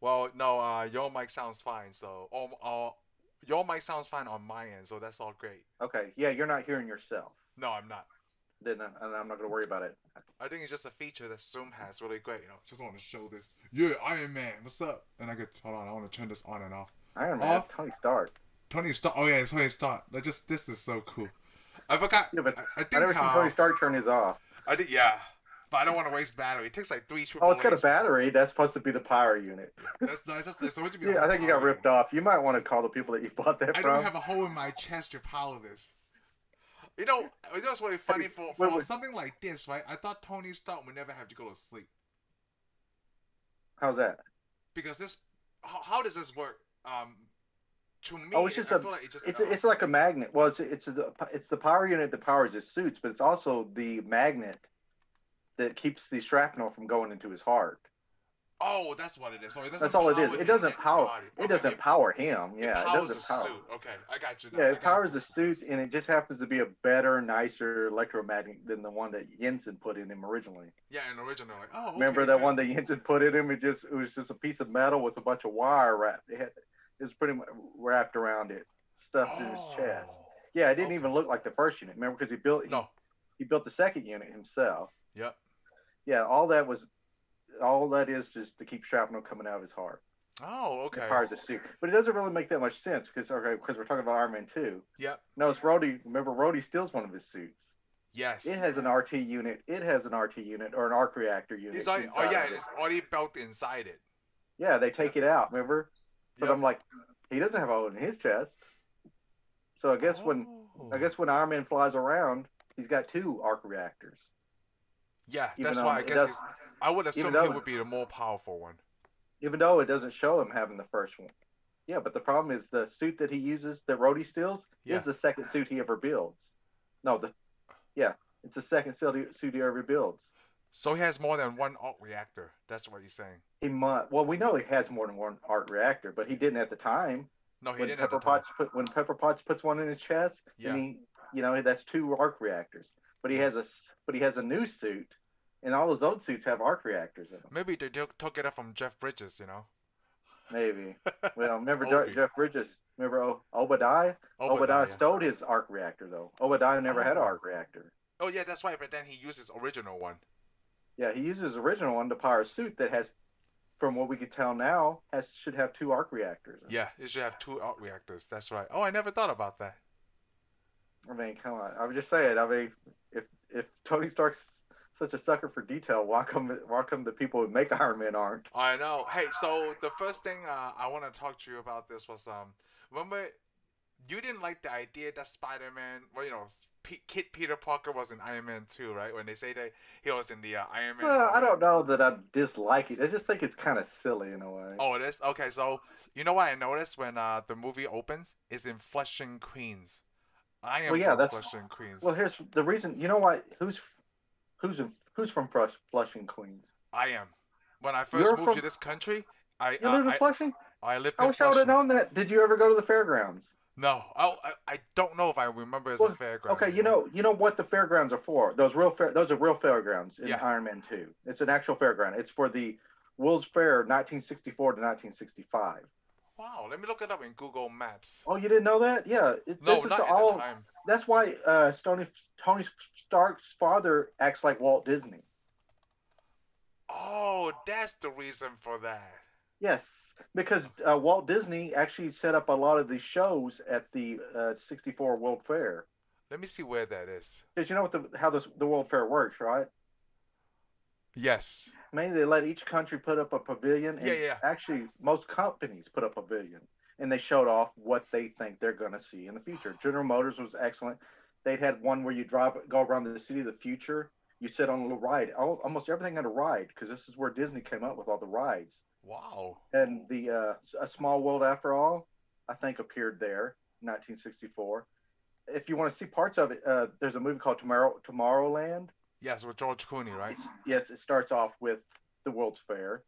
Well, no, uh, your mic sounds fine. So, um, uh, your mic sounds fine on my end. So that's all great. Okay, yeah, you're not hearing yourself. No, I'm not. Then I- and I'm not gonna worry about it. I think it's just a feature that Zoom has really great. You know, just want to show this. Yeah, Iron Man, what's up? And I could hold on. I want to turn this on and off. Iron Man, Off. Tony Stark. Tony Stark. Oh yeah, it's Tony Stark. Like, just this is so cool. I forgot. Yeah, but I, I I think never seen how- Tony Stark turn his off. I did. Yeah, but I don't want to waste battery. It takes like three triple. Oh, it's got a A's. battery. That's supposed to be the power unit. That's nice. That's nice. So what you mean? Yeah, I think you got power ripped unit? off. You might want to call the people that you bought that I from. don't have a hole in my chest to power this. You know, you know what's really funny for, for wait, wait. something like this, right? I thought Tony Stark would never have to go to sleep How's that? because this. How, how does this work? Um, to me, Oh, it's just I a- feel like it's just. It's uh, it's like a magnet. Well, it's it's the it's the power unit that powers his suits, but it's also the magnet that keeps the shrapnel from going into his heart. oh, that's what it is. Sorry, it doesn't That's all it power is. It his doesn't power. body. It Okay, doesn't power him. it Yeah, it powers doesn't the power. suit. Okay, I got you. now. Yeah, I it got powers the this. suit, and it just happens to be a better, nicer electromagnet than the one that Jensen put in him originally. Yeah, and originally, like, oh, okay, Remember that good. one that Jensen put in him? It just it was just a piece of metal with a bunch of wire wrapped. It, had, it was pretty much wrapped around it, stuffed in his chest. Oh. Yeah, it didn't okay. even look like the first unit. Remember, because he built he, No. he built the second unit himself. Yep. Yeah, all that was all that is just to keep shrapnel coming out of his heart. Oh, okay. It powers his suit, but it doesn't really make that much sense because okay, because we're talking about Iron Man two. Yep. Notice Rhodey. Remember, Rhodey steals one of his suits. Yes. It has an RT unit. It has an RT unit or an arc reactor unit. It's already, oh inside yeah, of it. it's already built inside it. yeah. They take it out. Remember? But Yep. I'm like, he doesn't have a hole in his chest. So I guess when I guess when Iron Man flies around, he's got two arc reactors. Oh. Yeah, Even that's though why I it guess does- he's- I would assume though- he would be the more powerful one. even though it doesn't show him having the first one. Yeah, but the problem is the suit that he uses that Rhodey steals Yeah. is the second suit he ever builds. No, the yeah, it's the second suit he- suit he ever builds. So he has more than one alt reactor. That's what you're saying. He might. Well, we know he has more than one art reactor, but he didn't at the time. No, Oh, he when didn't. Pepper have the time. Potts put, when Pepper Potts puts one in his chest, Yeah. and he, you know, that's two arc reactors. But he has a Yes. s- but he has a new suit, and all those old suits have arc reactors in them. Maybe they took took it up from Jeff Bridges, you know. Maybe. Well, remember Obi. Jeff Bridges. Remember o- Obadiah? Obadiah, Obadiah. stole his arc reactor though. Obadiah never had an Oh. arc reactor. Oh yeah, that's right. But then he used his original one. Yeah, he uses his original one to power a suit that has, from what we could tell now, has should have two arc reactors. in it. Yeah, it should have two alt reactors. That's right. Oh, I never thought about that. I mean, come on. I was just saying. I mean, if if Tony Stark's such a sucker for detail, why come why come the people who make Iron Man aren't? I know. Hey, so the first thing uh, I want to talk to you about this was um, remember you didn't like the idea that Spider-Man, well, you know, P- Kid Peter Parker was in Iron Man 2, right? When they say that he was in the uh, Iron Man. Well, I movie. don't know that I dislike it. I just think it's kind of silly in a way. Oh, it is. Okay, so you know what I noticed when uh, the movie opens is in Flushing, Queens. I am Well, yeah, from that's- Flushing, Queens. Well, here's the reason. You know what? Who's who's who's from Flush, Flushing, Queens? I am. When I 1st You're moved from- to this country, I You uh, live in I, Flushing? I lived I in wish I would have Flushing. known that. Did you ever go to the fairgrounds? No, I, I I don't know if I remember as Well, a fairground. Okay, you anymore. know, you know what the fairgrounds are for. Those real fair, those are real fairgrounds in Yeah. Iron Man Two. It's an actual fairground. It's for the World's Fair 1964 to 1965. Wow, let me look it up in Google Maps. Oh, you didn't know that? Yeah. It, No, this not is at all, the time. That's why uh, Stony, Tony Stark's father acts like Walt Disney. Oh, that's the reason for that. Yes, because uh, Walt Disney actually set up a lot of these shows at the uh, 64 World Fair. Let me see where that is. Because you know what the, how this, the World Fair works, right? Yes. Mainly, they let each country put up a pavilion. And Yeah, yeah. Actually, most companies put up a pavilion, and they showed off what they think they're going to see in the future. General Motors was excellent. They had one where you drive, go around the city of the future. You sit on a little ride. Al- Almost everything had a ride because this is where Disney came up with all the rides. Wow. And the uh, A Small World After All, I think, appeared there, in 1964. If you want to see parts of it, uh, there's a movie called Tomorrow Tomorrowland. Yes, with George Clooney, right? Yes, it starts off with the World's Fair.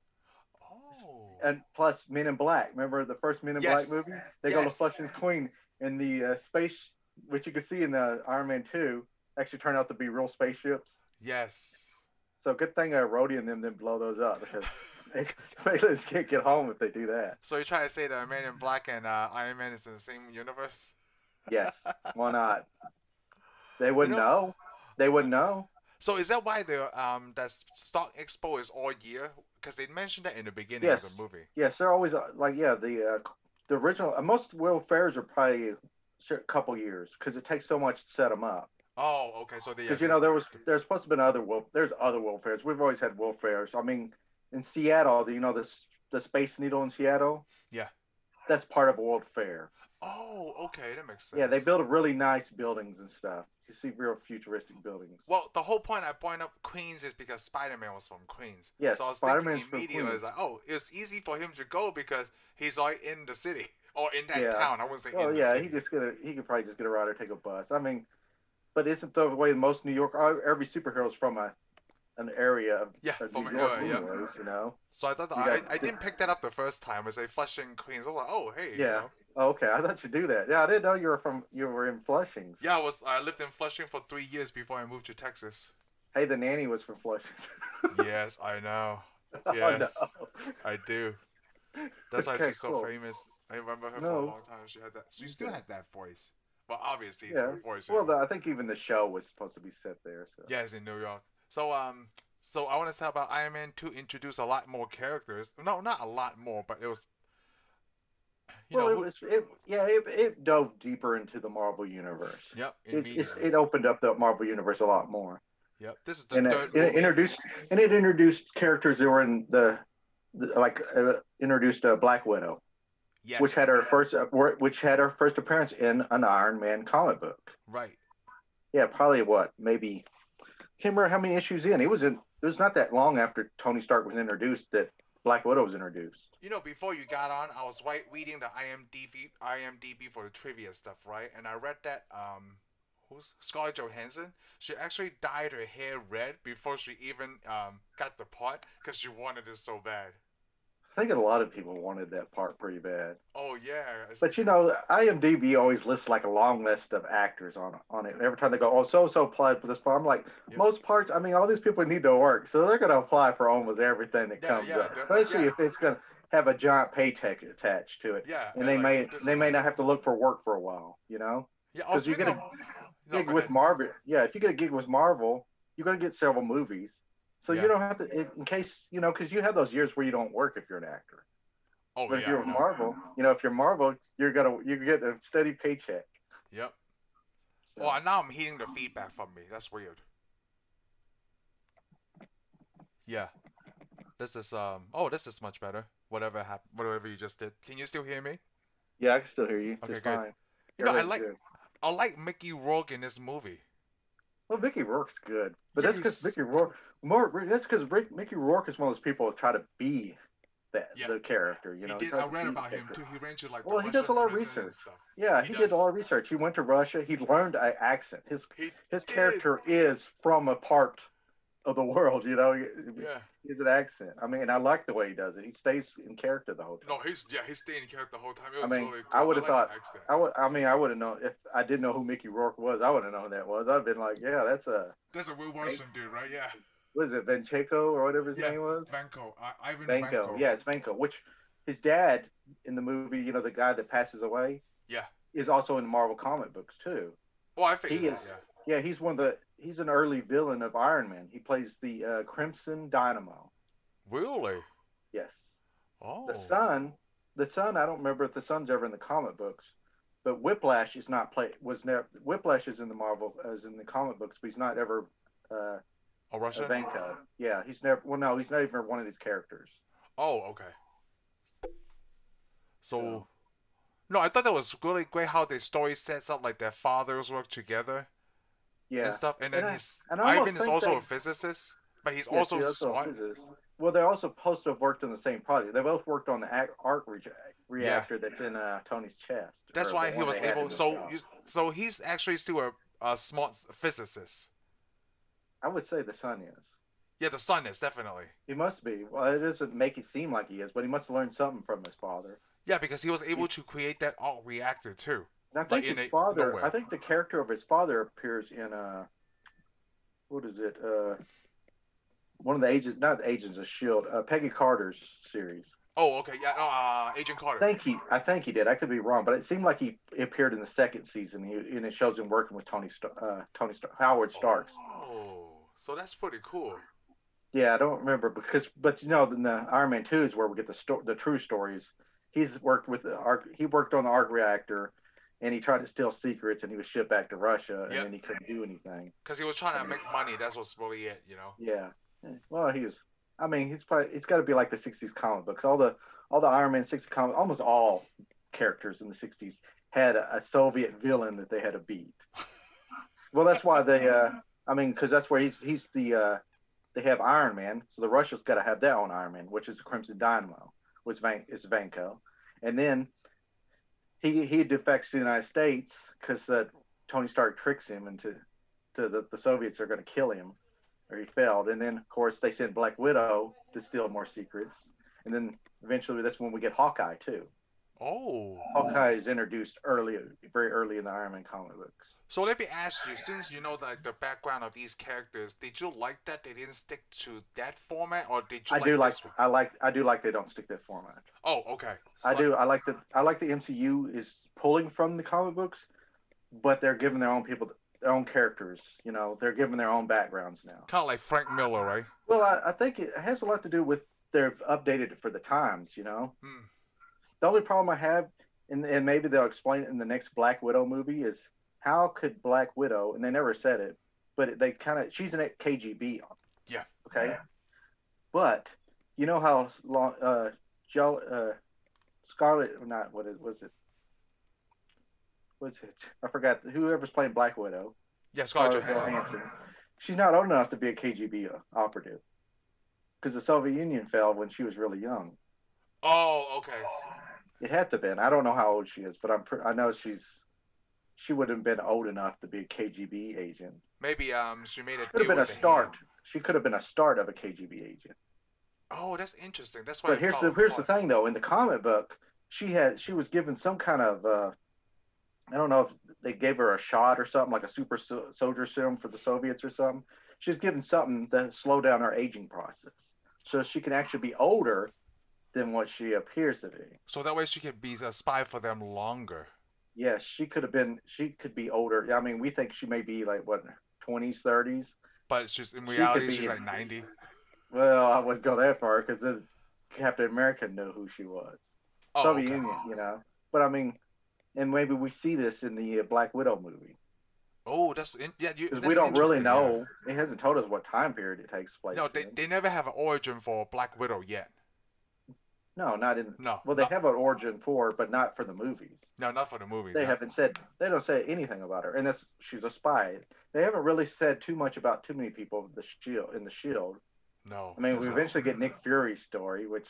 Oh. and plus Men in Black. Remember the first Men in Yes. Black movie? They go to Yes. Flushing Queen, and the uh, space, which you can see in the Iron Man Two, actually turned out to be real spaceships. Yes. So good thing uh, Rhodey and them didn't blow those up because They, aliens can't get home if they do that. So you're trying to say that Man in Black and uh, Iron Man is in the same universe? Yes. Why not? They wouldn't You know, They wouldn't know. So is that why the um that stock expo is all year? Because they mentioned that in the beginning of Yes. the movie. Yes, they're always uh, like yeah. The uh, the original uh, most world fairs are probably a couple years because it takes so much to set them up. Oh, okay. So they Because you know there was there's supposed to been other world there's other world fairs. We've always had world fairs. I mean, in Seattle, do you know this the Space Needle in Seattle? Yeah. That's part of World Fair. Oh, okay. That makes sense. Yeah, they build really nice buildings and stuff. You see real futuristic buildings. Well, the whole point I point up Queens is because Spider Man was from Queens. Yeah, So I was Spider-Man's thinking from immediately, it's like, oh, it's easy for him to go because he's already in the city or in that Yeah. town. I wouldn't say Well, in the Oh, yeah, city. he just gonna he could probably just get a ride or take a bus. I mean, but isn't the way most New York every superhero's from a an area of, yeah, of from New York, yeah. anyways, you know? So I thought that, You I, got- I didn't pick that up the first time. It's a Flushing Queens. I was like, oh, hey, you Yeah. know. Oh, okay, I thought you do that. Yeah, I didn't know you were from you were in Flushing. Yeah, I was. I lived in Flushing for three years before I moved to Texas. Hey, the nanny was from Flushing. yes, I know. Oh, Yes, no. I do. That's why Okay, she's so cool. famous. I remember her for No. a long time. She had that. She still Okay. had that voice. Well, obviously, it's Yeah. her voice. you Well, know. the, I think even the show was supposed to be set there. So. Yeah, it's in New York. So um, so I want to talk about Iron Man two introduced a lot more characters. No, not a lot more, but it was. You well, know, it who- was. It, yeah, it, it dove deeper into the Marvel universe. Yep, It, it, immediately. it opened up the Marvel universe a lot more, yep, this is the and it, third. and it movie. introduced and it introduced characters that were in the, the like uh, introduced uh, Black Widow, yes. which had her first uh, wor- which had her first appearance in an Iron Man comic book. right. Yeah, probably what maybe can't remember how many issues in. It was in. It was not that long after Tony Stark was introduced that Black Widow was introduced. You know, before you got on, I was right reading the IMDb IMDb for the trivia stuff, right? And I read that um, who's Scarlett Johansson? She actually dyed her hair red before she even um got the part because she wanted it so bad. I think a lot of people wanted that part pretty bad. Oh yeah, it's- But you know, IMDb always lists like a long list of actors on on it. Every time they go, oh, so so applied for this part. I'm like, Yeah. most parts. I mean, all these people need to work, so they're going to apply for almost everything that Yeah, comes yeah, up, they're- especially yeah. if it's going to have a giant paycheck attached to it. yeah, And they like, may this- they may not have to look for work for a while, you know. Yeah, I was Because you get thinking a of- no, gig go with ahead. Marvel, yeah. If you get a gig with Marvel, you're going to get several movies, so Yeah. you don't have to. In in case you know, because you have those years where you don't work if you're an actor. Oh But yeah, if you're I know. Marvel, you know, if you're Marvel, you're gonna you get a steady paycheck. Yep. So- Well, now I'm hearing the feedback from me. That's weird. Yeah. This is um. Oh, this is much better. Whatever happened, whatever you just did. Can you still hear me? Yeah, I can still hear you. Okay, just good. fine. You know, I Everything's like- good. I like Mickey Rourke in this movie. Well, Mickey Rourke's good, but that's because Yes. Mickey Rourke. More, that's because Mickey Rourke is one of those people who try to be that Yeah. the character. You know, he did. tries I to read be about the him character. too. He ran to like Well, the he does a Russian lot of prison and research. stuff. Yeah, He he, did does. a lot of research. He went to Russia. He learned an accent. His He his did. character is from a part of the world. You know, yeah. he has an accent. I mean, I like the way he does it. He stays in character the whole time. No, he's yeah. He's staying in character the whole time. It I was mean, really cool. I would've like the thought- accent. I would. I mean, I would have known if I didn't know who Mickey Rourke was. I would have known who that was. I'd been like, yeah, that's a That's a Will Washington dude, right? Yeah. what is it, Vancheco or whatever his Yeah, name was? Vanko. Uh, Ivan Vanko. Vanko. Yeah, it's Vanko. Which his dad in the movie, you know, the guy that passes away. Yeah. Is also in the Marvel comic books too. Oh, I figured He that. is- Yeah. Yeah, he's one of the. He's an early villain of Iron Man. He plays the uh, Crimson Dynamo. Really? Yes. Oh. The son. The son. I don't remember if the son's ever in the comic books. But Whiplash is not play was never Whiplash is in the Marvel as in the comic books, but he's not ever uh, A Russian? Ivanka. Yeah, he's never. Well, no, he's not even one of these characters. Oh, okay. So, So- no, I thought that was really great how the story sets up like their fathers work together Yeah. and stuff, and then And I- he's and I almost Ivan is think also they- a physicist, but he's Yes, also yeah, that's what smart. it is. Well, they're also supposed to have worked on the same project. They both worked on the ac- arc re- reactor that's in uh, Tony's chest. That's or why the he one was they had in able. the So, shop. you, so he's actually still a, a smart physicist. I would say the son is. Yeah, the son is definitely. He must be. Well, it doesn't make it seem like he is, but he must have learned something from his father. Yeah, because he was able to create that alt reactor too. And I Like think in his a- father. nowhere. I think the character of his father appears in uh, what is it? Uh, one of the agents, not the agents of Shield, uh, Peggy Carter's series. Oh, okay, yeah, no, uh, Agent Carter. I think he, I think he did. I could be wrong, but it seemed like he appeared in the second season, he, and it shows him working with Tony, Sta- uh, Tony Star- Howard Starks. Oh, so that's pretty cool. Yeah, I don't remember because, but you know, in the Iron Man Two is where we get the sto- the true stories. He's worked with the arc. He worked on the arc reactor, and he tried to steal secrets, and he was shipped back to Russia, and Yep. then he couldn't do anything. Cause he was trying to make money. That's what's really it, you know. Yeah. Well, he was. I mean, he's probably. It's got to be like the '60s comic books. All the all the Iron Man '60s comic, almost all characters in the '60s had a, a Soviet villain that they had to beat. well, that's why they. Uh, I mean, because that's where he's he's the. Uh, they have Iron Man, so the Russians got to have their own Iron Man, which is the Crimson Dynamo, which Van, is Vanko, and then he he defects to the United States because uh, Tony Stark tricks him into to the, the Soviets are going to kill him or he failed. And then, of course, they sent Black Widow to steal more secrets. And then eventually, that's when we get Hawkeye too. Oh. Hawkeye is introduced early, very early in the Iron Man comic books. So let me ask you, since you know like the background of these characters, did you like that they didn't stick to that format, or did you I do like, this one? I like, I do like they don't stick that format. Oh, okay. I Like- do, I like the, I like the MCU is pulling from the comic books, but they're giving their own people their own characters. You know, they're giving their own backgrounds now. Kind of like Frank Miller, right? Well, I, I think it has a lot to do with they've updated it for the times. You know, Hmm. The only problem I have, and, and maybe they'll explain it in the next Black Widow movie, is how could Black Widow, and they never said it, but they kind of, she's an ex- KGB. Yeah. Okay. But you know how long, uh, jo, uh, Scarlet, not what is, was it? Was it? I forgot. Whoever's playing Black Widow, Yeah, Scarlett Scarlett Johansson. Johansson, she's not old enough to be a KGB operative because the Soviet Union fell when she was really young. Oh, okay. It had to been. I don't know how old she is, but I'm pr- I know she's she would have been old enough to be a KGB agent. Maybe um she made a Could have deal been with a the start. hand. She could have been a start of a KGB agent. Oh, that's interesting. That's why. But here's the here's the thing though. In the comic book, she had she was given some kind of uh, I don't know if they gave her a shot or something like a super so- soldier serum for the Soviets or something. She was given something to slow down her aging process, so she can actually be older than what she appears to be. So that way she can be a spy for them longer. Yes, she could have been. She could be older. I mean, we think she may be like what, twenties, thirties. But she's in reality, be she's in- like ninety. Well, I wouldn't go that far because then Captain America knew who she was. Oh, Soviet okay. Union, you know. But I mean, and maybe we see this in the uh, Black Widow movie Oh, that's in, yeah. You, because that's we don't really interesting, know. It hasn't told us what time period it takes Yeah. place. No, they, in. they never have an origin for Black Widow yet. no, not in. No. Well, they no, have an origin for, but not for the movies. no, not for the movies. They yeah. haven't said they don't say anything about her, and that's she's a spy. They haven't really said too much about too many people of the shield in the shield. No. I mean, that's we not- eventually get Nick Fury's story, which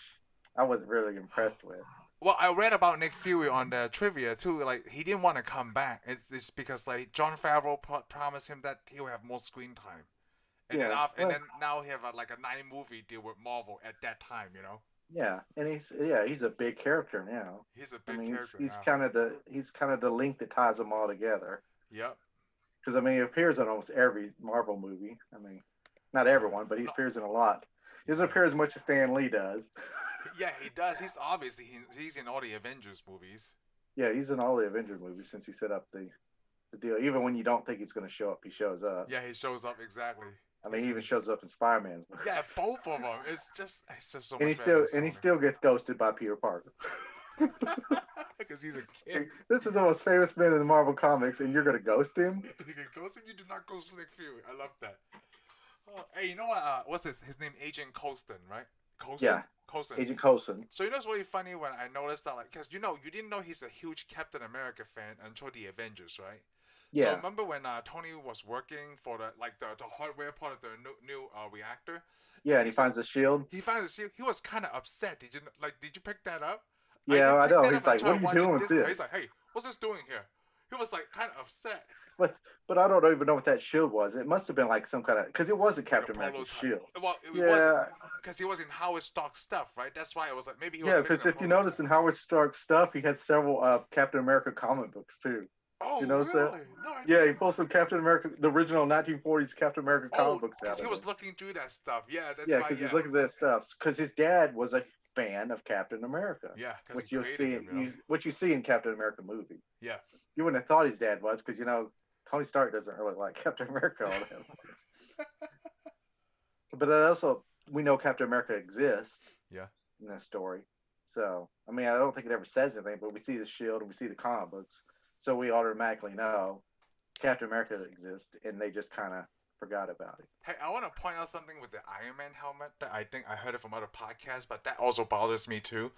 I wasn't really impressed with. Well, I read about Nick Fury on the trivia too. Like he didn't want to come back. It's, it's because like John Favreau pro- promised him that he would have more screen time, and then Yeah, off, and well- then now he have a, like a nine movie deal with Marvel at that time. You know, Yeah, and he's yeah he's a big character now. he's a I big mean, he's, character he's now. kind of the he's kind of the link that ties them all together. Yep. Because I mean, he appears in almost every Marvel movie. I mean, not everyone, but he No. appears in a lot. He doesn't appear as much as Stan Lee does. Yeah, he does. He's obviously he, he's in all the Avengers movies. Yeah, he's in all the Avengers movies since he set up the the deal. Even when you don't think he's going to show up, he shows up. Yeah, he shows up exactly. I mean, he's- he even shows up in Spider Man's movie. Yeah, both of them. It's just it's just so and he much still better. and he still gets ghosted by Peter Parker. because he's a kid. This is the most famous man in the Marvel comics, and you're gonna ghost him? You can ghost him. You do not ghost Nick Fury. I love that. Oh, hey, you know what? Uh, what's his his name? Agent Colston, right? Colston. Yeah. Colston. Agent Coulson. So you know it's really funny when I noticed that, like, because you know you didn't know he's a huge Captain America fan until the Avengers, right? So Yeah, remember when uh, Tony was working for the like the, the hardware part of the new, new uh, reactor? yeah, and he he's a- finds the shield. He finds this. He, he was kind of upset. Did you kn- like? Did you pick that up? didn't Yeah, I, pick know. that He's up like, until I "What are you watched it doing this with this?" time." He's like, "Hey, what's this doing here?" He was like kind of upset. But I don't even know what that shield was. It must have been like some kind of because it was a like a Captain America prototype. shield. Well, it yeah, wasn't because he was in Howard Stark stuff, right? That's why I was like, maybe he was. yeah. making Because a if you prototype. notice in Howard Stark's stuff, he had several uh, Captain America comic books too. oh, you notice really? that? No, I Yeah, he pulled some Captain America, the original 1940s Captain America comic books Oh, out. because he of was it. looking through that stuff. Yeah, that's yeah, why. because Yeah, he's looking at that stuff. Because his dad was a fan of Captain America, yeah, because which he you'll created see, him. You know? you, which you see in Captain America movie. Yeah. you wouldn't have thought his dad was, because you know Tony Stark doesn't really like Captain America all that much. but that also, we know Captain America exists. Yeah. in this story, so I mean, I don't think it ever says anything, but we see the shield and we see the comic books, so we automatically know Captain America exists, and they just kind of forgot about it. Hey, I want to point out something with the Iron Man helmet that I think I heard it from other podcasts, but that also bothers me too.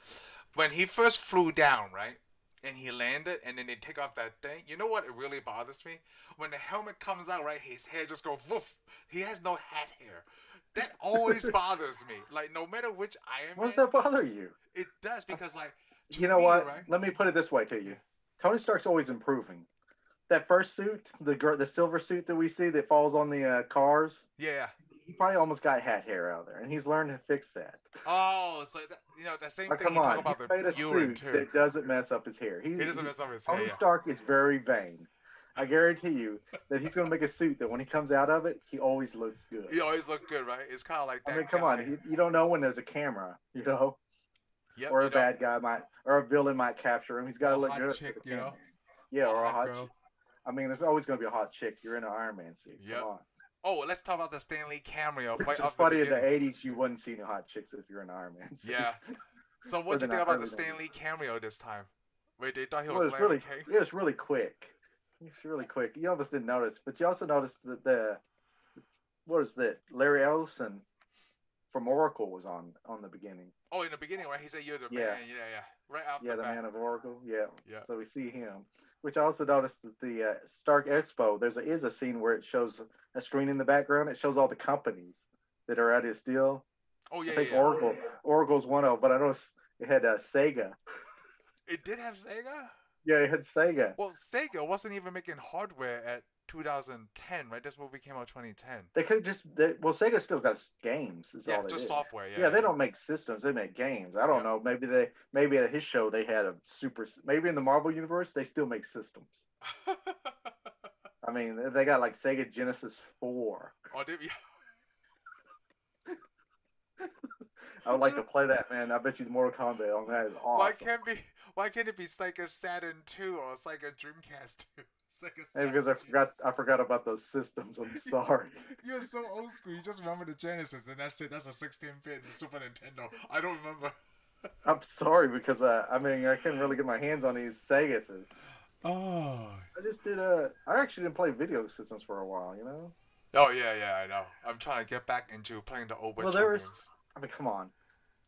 When he first flew down, right, and he landed, and then they take off that thing. You know what? It really bothers me when the helmet comes out, right? His hair just go woof. He has no hat hair. That always bothers me. Like no matter which Iron Why Man, does that bother you? it does because like to you know me, what? right? Let me put it this way to you: Yeah. Tony Stark's always improving. That first suit, the gr- the silver suit that we see that falls on the uh, cars, Yeah. he probably almost got hat hair out of there, and he's learned to fix that. Oh, so that, you know the same Like, thing come he talked on, about he's the made a urine too. suit that doesn't mess up his hair. He, He doesn't he- mess up his hair. Tony Yeah. Stark is very vain. I guarantee you that he's going to make a suit that when he comes out of it, he always looks good. He always looked good, right? It's kind of like that. I mean, come guy. on, you, you don't know when there's a camera, you know, Yep, or you a don't- bad guy might, or a villain might capture him. He's got A to look hot good. chick, for the you know? camera. Yeah, or a hot girl. I mean, there's always going to be a hot chick. You're in an Iron Man suit. Yep. Come on. Oh, let's talk about the Stanley cameo. Right It's off funny the in the beginning. 80s, you wouldn't see any hot chicks if you're in an Iron Man suit. Yeah. So what do Wasn't you think I- about the early days. Stanley cameo this time? Wait, they thought he It was was Larry really, King. it was really quick. It's really quick. You almost didn't notice, but you also noticed that the, what is that? Larry Ellison from Oracle was on on the beginning. Oh, in the beginning, right? He said you're the Yeah. man. Yeah, yeah. Right off yeah, the the bat. man of Oracle. Yeah. Yeah. So we see him. Which I also noticed that the uh, Stark Expo, there's a, is a scene where it shows a screen in the background. It shows all the companies that are at his deal. Oh yeah, I yeah. think yeah. Oracle. Oracle's one of, 'em, but I noticed it had uh, Sega. It did have Sega. Yeah, it had Sega. Well, Sega wasn't even making hardware at 2010, right? This movie came out 2010. They could just they, well, Sega still got games. Is Yeah, all they just did. software. Yeah, Yeah, they don't make systems; they make games. I don't Yeah. know. Maybe they maybe at his show they had a super. Maybe in the Marvel universe they still make systems. I mean, they got like Sega Genesis Four. oh, did, yeah. I would like to play that, man. I bet you the Mortal Kombat on that is awesome. Why can't be? Why can't it be Sega Saturn two or Sega Dreamcast two? Sega Hey, Saturn. because I forgot I Genesis. forgot about those systems. I'm sorry. You're so old school. You just remember the Genesis, and that's it. That's a 16-bit Super Nintendo. I don't remember. I'm sorry because uh, I mean I couldn't really get my hands on these Segas. Oh. I just did uh I actually didn't play video systems for a while, you know. Oh yeah, yeah, I know. I'm trying to get back into playing the old Well, Witcher there was- games. I mean, come on.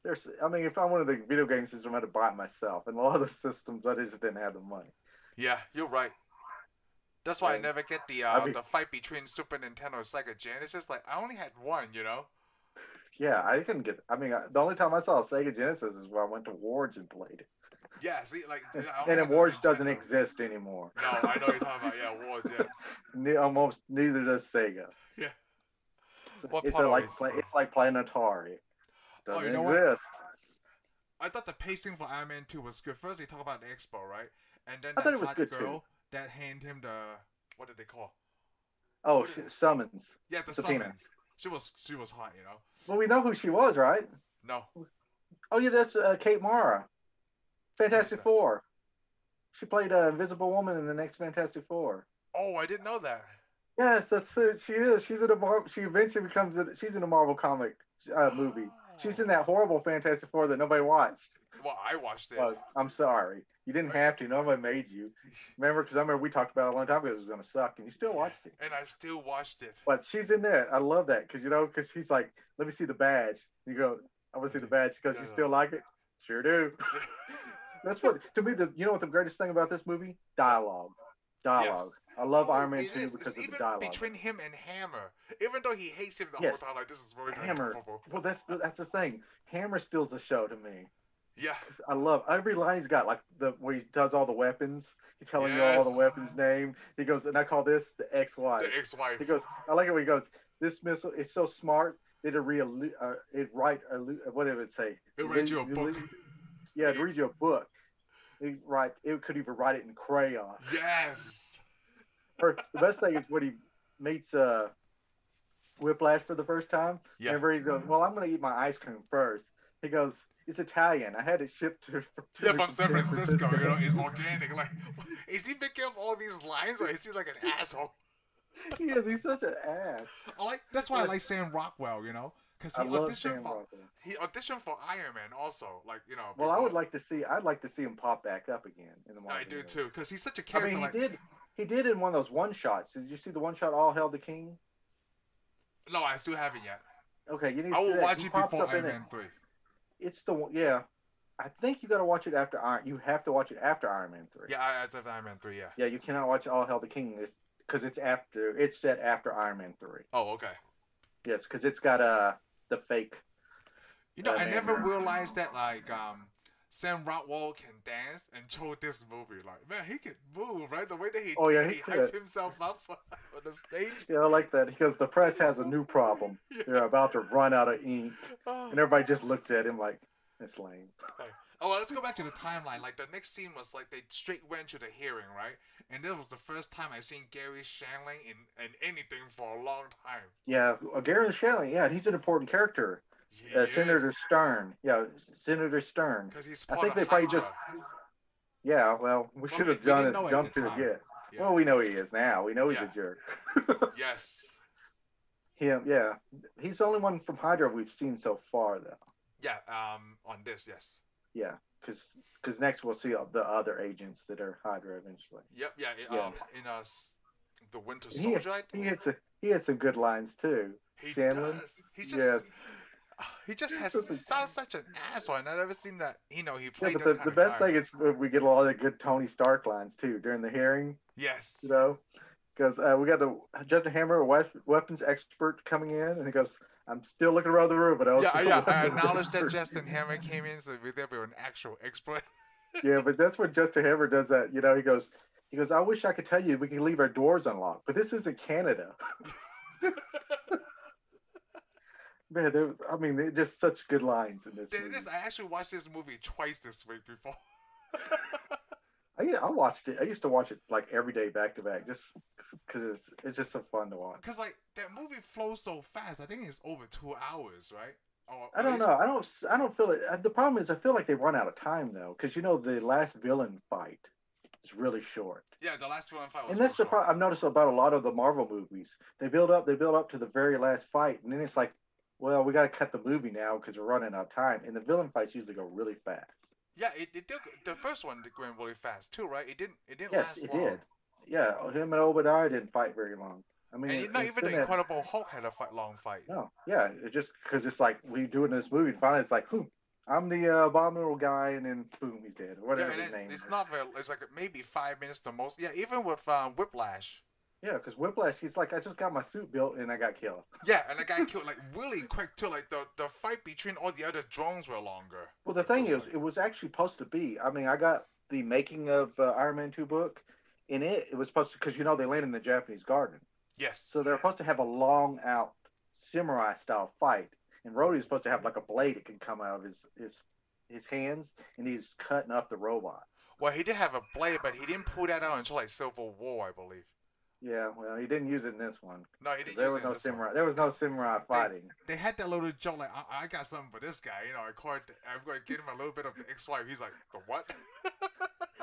There's, I mean, if I wanted the video game system, I had to buy it myself. And a lot of the systems, I just didn't have the money. Yeah, you're right. That's why I Yeah. never get the I uh, mean- the fight between Super Nintendo and Sega Genesis. Like I only had one, you know. Yeah, I couldn't get. I mean, I, the only time I saw a Sega Genesis is when I went to Wards and played. Yeah, see, like I And, only and had the Wards doesn't Nintendo. exist anymore. No, I know what you're talking about. Yeah, Wars. Yeah, Ne- almost neither does Sega. Yeah. What it's part are like we? play, it's like playing Atari. Oh, Doesn't you know what? exist. I thought the pacing for Iron Man 2 was good. First, they talk about the expo, right? And then I thought that it was hot good, too. girl that hand him the what did they call? Oh, What is she, it? summons. Yeah, the Subpoena. summons. She was she was hot, you know. Well, we know who she was, right? No, Oh yeah, that's uh, Kate Mara. Fantastic that? Four. She played uh, Invisible Woman in the next Fantastic Four. oh, I didn't know that. Yes, that's it. She is. She's in a Mar- She eventually becomes. A, she's in a Marvel comic uh, movie. She's in that horrible Fantastic Four that nobody watched. Well, I watched it. Well, I'm sorry, you didn't have to. Nobody made you. Remember, because I remember we talked about it a long time ago. It was gonna suck, and you still watched it. and I still watched it. But she's in that. I love that because you know, because she's like, "Let me see the badge." You go, "I want to see the badge." She goes, "You still like it?" Sure do. That's what to me. The you know what the greatest thing about this movie? Dialogue. Dialogue. I love Oh, Iron Man it two is. because It's of even the dialogue. between him and Hammer. Even though he hates him the Yes. whole time, like this is really Hammer. uncomfortable. Well, that's the, that's the thing. Hammer steals the show to me. Yeah, I love every line he's got. Like the where he does all the weapons. He's telling you all Yes. the weapons name. He goes, and I call this the X Y. the ex-wife. He goes, I like it when he goes. This missile is so smart. It re- uh, it write a lu- uh, what did it say? It read you a Lu- book. lu- Yeah, it read you a book. It write. It could even write it in crayon. Yes. first, the best thing is when he meets uh, Whiplash for the first time. Yeah. Remember, he goes, "Well, I'm going to eat my ice cream first. He goes, "It's Italian. I had it shipped to." to Yeah, from San Francisco, you know, it's organic. Like, is he picking up all these lines, or is he like an asshole? he is. He's such an ass. I like that's why I like Sam Rockwell, you know, because I he love auditioned Sam for Rockwell. he auditioned for Iron Man also. Like, you know. Well, I would before- like to see. I'd like to see him pop back up again in the. I modern do era. too, because he's such a I character. mean, he like, did. He did in one of those one shots. Did you see the one shot? All hail the king. no, I still haven't yet. Okay, you need. To I see will that. watch He it pops before up in Iron it. Man three. It's the one. Yeah, I think you got to watch it after Iron. You have to watch it after Iron Man three. Yeah, I, I said Iron Man three. Yeah. Yeah, you cannot watch All Hail the King because it's after it's set after Iron Man three. Oh, okay. Yes, because it's got uh the fake. You know, I I mean- never realized that like um Sam Rockwell can dance and chose this movie. Like, man, he can move, right? The way that he Oh, yeah, that he he could. hyped himself up on the stage. Yeah, I like that because the press That is has a so new funny. problem. Yeah. They're about to run out of ink, Oh. and everybody just looked at him like it's lame. Oh, well, let's go back to the timeline. Like the next scene was like they straight went to the hearing, right? And this was the first time I seen Gary Shanley in, in anything for a long time. Yeah, uh, Gary Shelley. Yeah, he's an important character. Uh, Senator Stern. Yeah, Senator Stern. Because he's I part think of they probably Hydra. just. Yeah, well, we Well, should we- have we didn't done it. know at Jumped the to the time. yeah. Yeah. Well, we know he is now. We know he's Yeah. a jerk. yes. Him, yeah. He's the only one from Hydra we've seen so far, though. Yeah. Um. On this, yes. Yeah, because next we'll see the other agents that are Hydra eventually. Yep. Yeah. It, Yeah. Um, in uh, s- the Winter He- Soldier, I He think had some, he had some good lines too. he Shanley? does. He just. Yeah. He just has This is- sounds such an asshole, and I've never seen that. You know, he Yeah, played but this the, kind the of best guy. thing is uh, we get a lot of good Tony Stark lines too during the hearing, Yes. you know, because uh, we got the Justin Hammer, a wes- weapons expert, coming in, and he goes, "I'm still looking around the room, but I was Yeah, still yeah. looking I around the acknowledge that room." Justin Hammer came in, so we there we were an actual expert. yeah, but that's what Justin Hammer does. That you know, he goes, he goes, "I wish I could tell you we can leave our doors unlocked, but this isn't Canada." Man, there, I mean, they're just such good lines in this. movie. Dennis, I actually watched this movie twice this week before. I, yeah, I watched it. I used to watch it like every day, back to back, just because it's, it's just so fun to watch. Because, like, that movie flows so fast. I think it's over two hours, right? Or I at don't least- know. I don't. s- I don't feel it. uh, The problem is, I feel like they run out of time though, because you know the last villain fight is really short, Yeah, the last one I fight was and that's the really short. problem I've noticed about a lot of the Marvel movies. They build up, they build up to the very last fight, and then it's like, well, we got to cut the movie now because we're running out of time, and the villain fights usually go really fast. Yeah, it, it took the first one did- went really fast too, right? It didn't. It didn't Yes, last it long. did. Yeah, him and Obadiah didn't fight very long. I mean, And it- you not it's even been the that- Incredible Hulk had a fight, long fight. No, yeah, it just because it's like we do it in this movie, and finally it's like, who? I'm the uh, abominable guy, and then boom, he's dead, or whatever yeah, and his it's, name it's is. not very. It's like maybe five minutes the most. Yeah, even with um, Whiplash. Yeah, because Whiplash, he's like, I just got my suit built and I got killed. Yeah, and the guy killed like really quick too. Like the the fight between all the other drones were longer. Well, the It thing is, feels like. it was actually supposed to be. I mean, I got the making of uh, Iron Man 2 book, and it, it was supposed to, because you know, they land in the Japanese garden. yes. So they're supposed to have a long out samurai style fight. And Rhodey's supposed to have like a blade that can come out of his, his, his hands, and he's cutting up the robot. well, he did have a blade, but he didn't pull that out until like Civil War, I believe. Yeah, well, he didn't use it in this one. No, he didn't. There use was it in no this one. samurai. There was no samurai fighting. They had that little joke like, I, I got something for this guy. You know, I caught. I'm gonna get him a little bit of the X-wife. He's like, the what?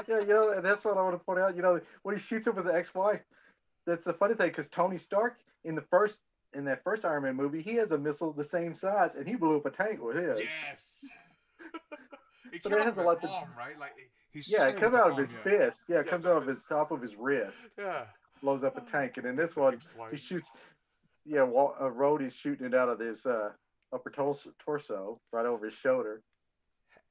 yeah, you know, and that's what I want to point out. You know, when he shoots him with the ex-wife, that's the funny thing because Tony Stark in the first in that first Iron Man movie, he has a missile the same size, and he blew up a tank with his. Yes. it So came that out has of a his lot to- arm, right? Like he- he Yeah, shot it him comes with out the of his arm, yeah. fist. Yeah, it Yeah, comes the out of his fist. top of his wrist, Yeah. blows up a tank, and in this one, Ex-wife. he shoots. Yeah, Wal- uh, Rhodey's shooting it out of his uh, upper tors- torso, right over his shoulder.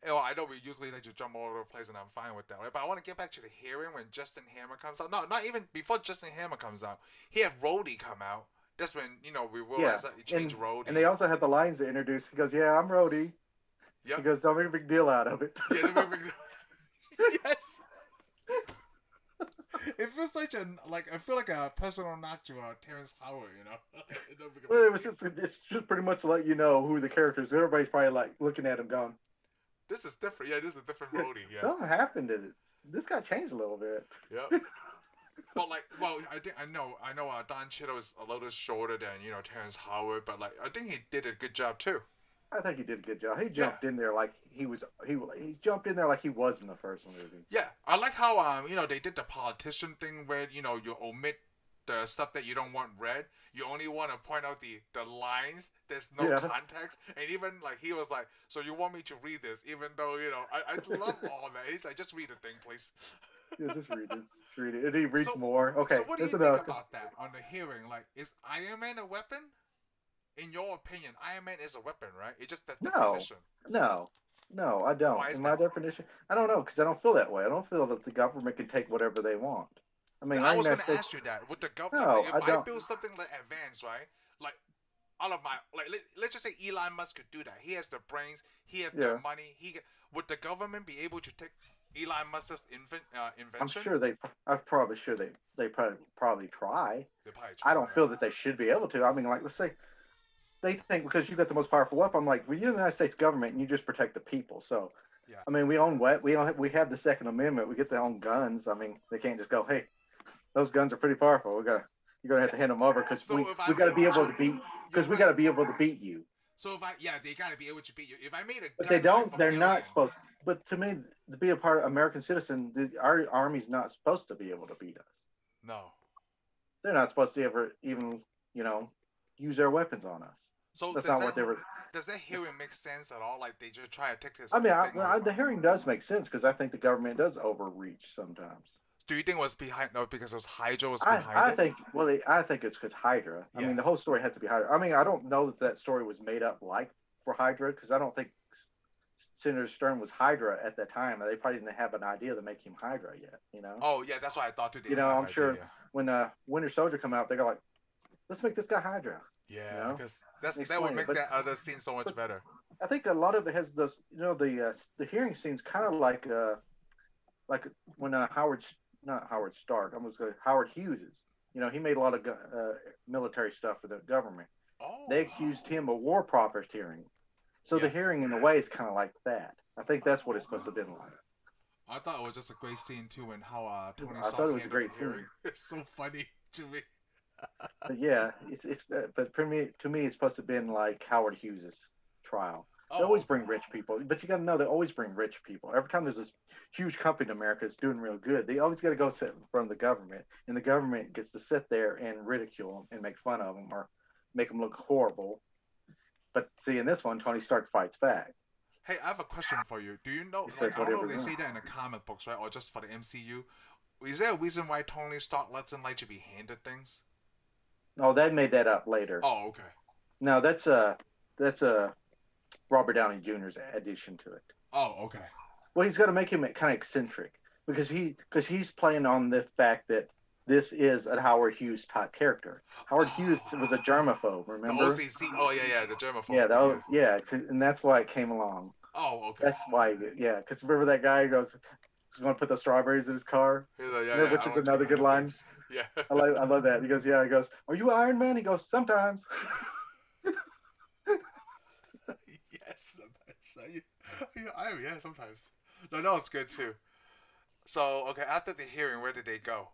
Well, I know we usually let you jump all over the place, and I'm fine with that, right? But I want to get back to the hearing when Justin Hammer comes out. No, not even before Justin Hammer comes out. He had Rhodey come out. That's when you know we realized that he changed Rhodey. And they also have the lines they introduce. He goes, "Yeah, I'm Rhodey." Yep. He goes, "Don't make a big deal out of it." Yeah, they were- yes. It feels like a like I feel like a personal knock to uh, Terrence Howard, you know. It don't become- Well, it was just, it's just pretty much to let you know who the characters. Everybody's probably like looking at him, going, this is different. Yeah, this is a different Rhodey. Yeah. "Something happened to this. This got changed a little bit." Yep. but like, well, I think I know, I know. Uh, Don Cheadle is a little shorter than you know Terrence Howard, but like, I think he did a good job too. I think he did a good job. He jumped in there like he was he he jumped in there like he was in the first movie. Yeah, I like how um you know they did the politician thing where you know you omit the stuff that you don't want read. You only want to point out the the lines. There's no Yeah. context, and even like he was like, so you want me to read this, even though you know I, I love all that. He's like, just read the thing, please. Yeah, just read it. Just read it. And he reads So- more. Okay, so what do you that's think enough. about that on the hearing? Like, is Iron Man a weapon? In your opinion, Iron Man is a weapon, right? It's just that No. definition. No, no, I don't. Why is In my that? definition, I don't know because I don't feel that way. I don't feel that the government can take whatever they want. I mean, I was Iron going Man to says- ask you that. With the government, No, if I I, don't. build something like advanced, right? Like, all of my, like, let, let's just say Elon Musk could do that. He has the brains, he has Yeah. the money. He ca- Would the government be able to take Elon Musk's invent, uh, I'm invention? sure they. I'm probably sure they. They probably probably try. They probably I don't try, feel right? that they should be able to. I mean, like let's say they think because you got the most powerful weapon. I'm like, well, you're the United States government, and you just protect the people. So, Yeah. I mean, we own what we own. We have the Second Amendment. We get to own guns. I mean, they can't just go, hey, those guns are pretty powerful. We got. to You're gonna have to hand them over because So we if I we got to be made- able to beat You're because we right. got to be able to beat you. So if I, yeah, they got to be able to beat you. If I made a But gun they like don't. from They're not Alien- supposed. But to me, to be a part of American citizen, the, our army's not supposed to be able to beat us. No. They're not supposed to ever even, you know, use their weapons on us. So That's does not that- what they were. Does that hearing make sense at all? Like they just try to take this. I mean, I, thing I, away the from- hearing does make sense because I think the government does overreach sometimes. Do you think it was behind? No, because it was Hydra was I, behind I it. think well, they- I think it's because Hydra. I Yeah. mean, the whole story had to be Hydra. I mean, I don't know that that story was made up like for Hydra because I don't think Senator Stern was Hydra at that time. They probably didn't have an idea to make him Hydra yet. You know, oh yeah, that's what I thought. Too. They You didn't know, have I'm sure- idea. when uh, Winter Soldier come out, they go like, "Let's make this guy Hydra." Yeah, know? because that's that Explain would it, make but- that other scene so much but- better. I think a lot of it has those, you know, the uh, the hearing scenes kind of like uh, like when uh, Howard, not Howard Stark, I was going Howard Hughes. is. You know, he made a lot of go- uh, military stuff for the government. Oh, They accused him of war profiteering. So the Yeah. hearing, in a way, is kind of like that. I think that's what it's supposed to have been like. I thought it was just a great scene too, and how uh, Tony I Stark thought it was a handled great the hearing. It's so funny to me. But yeah, it's it's. Uh, but for me, to me, it's supposed to have been like Howard Hughes's trial. They Oh, always bring rich people, but you got to know they always bring rich people. Every time there's this huge company in America that's doing real good, they always got to go sit in front of the government, and the government gets to sit there and ridicule them and make fun of them or make them look horrible. But see, in this one, Tony Stark fights back. hey, I have a question for you. Do you know? It's Like, like I don't know whatever if they you say want. that in the comic books, right, or just for the MCU. Is there a reason why Tony Stark lets him like to be handed things? No, Oh, they made that up later. Oh, okay. No, that's uh, that's uh, Robert Downey Jr.'s addition to it. Oh, okay. Well, he's got to make him kind of eccentric because he because he's playing on the fact that this is a Howard Hughes type character. Howard Hughes was a germaphobe, remember? The OCC. Oh yeah, yeah. The germaphobe. yeah, that was, yeah, 'cause- and that's why it came along. Oh, okay. That's why, yeah, because remember that guy who goes, "He's going to put the strawberries in his car." He's like, yeah, You know, yeah, which I is don't another do good other line. things. Yeah. I love, I love that. He goes, "Yeah," he goes, "Are you Iron Man?" He goes, "Sometimes." yes, sometimes. Are you, are you Irish? Yeah, sometimes. No, that was good too. So, okay, after the hearing, where did they go?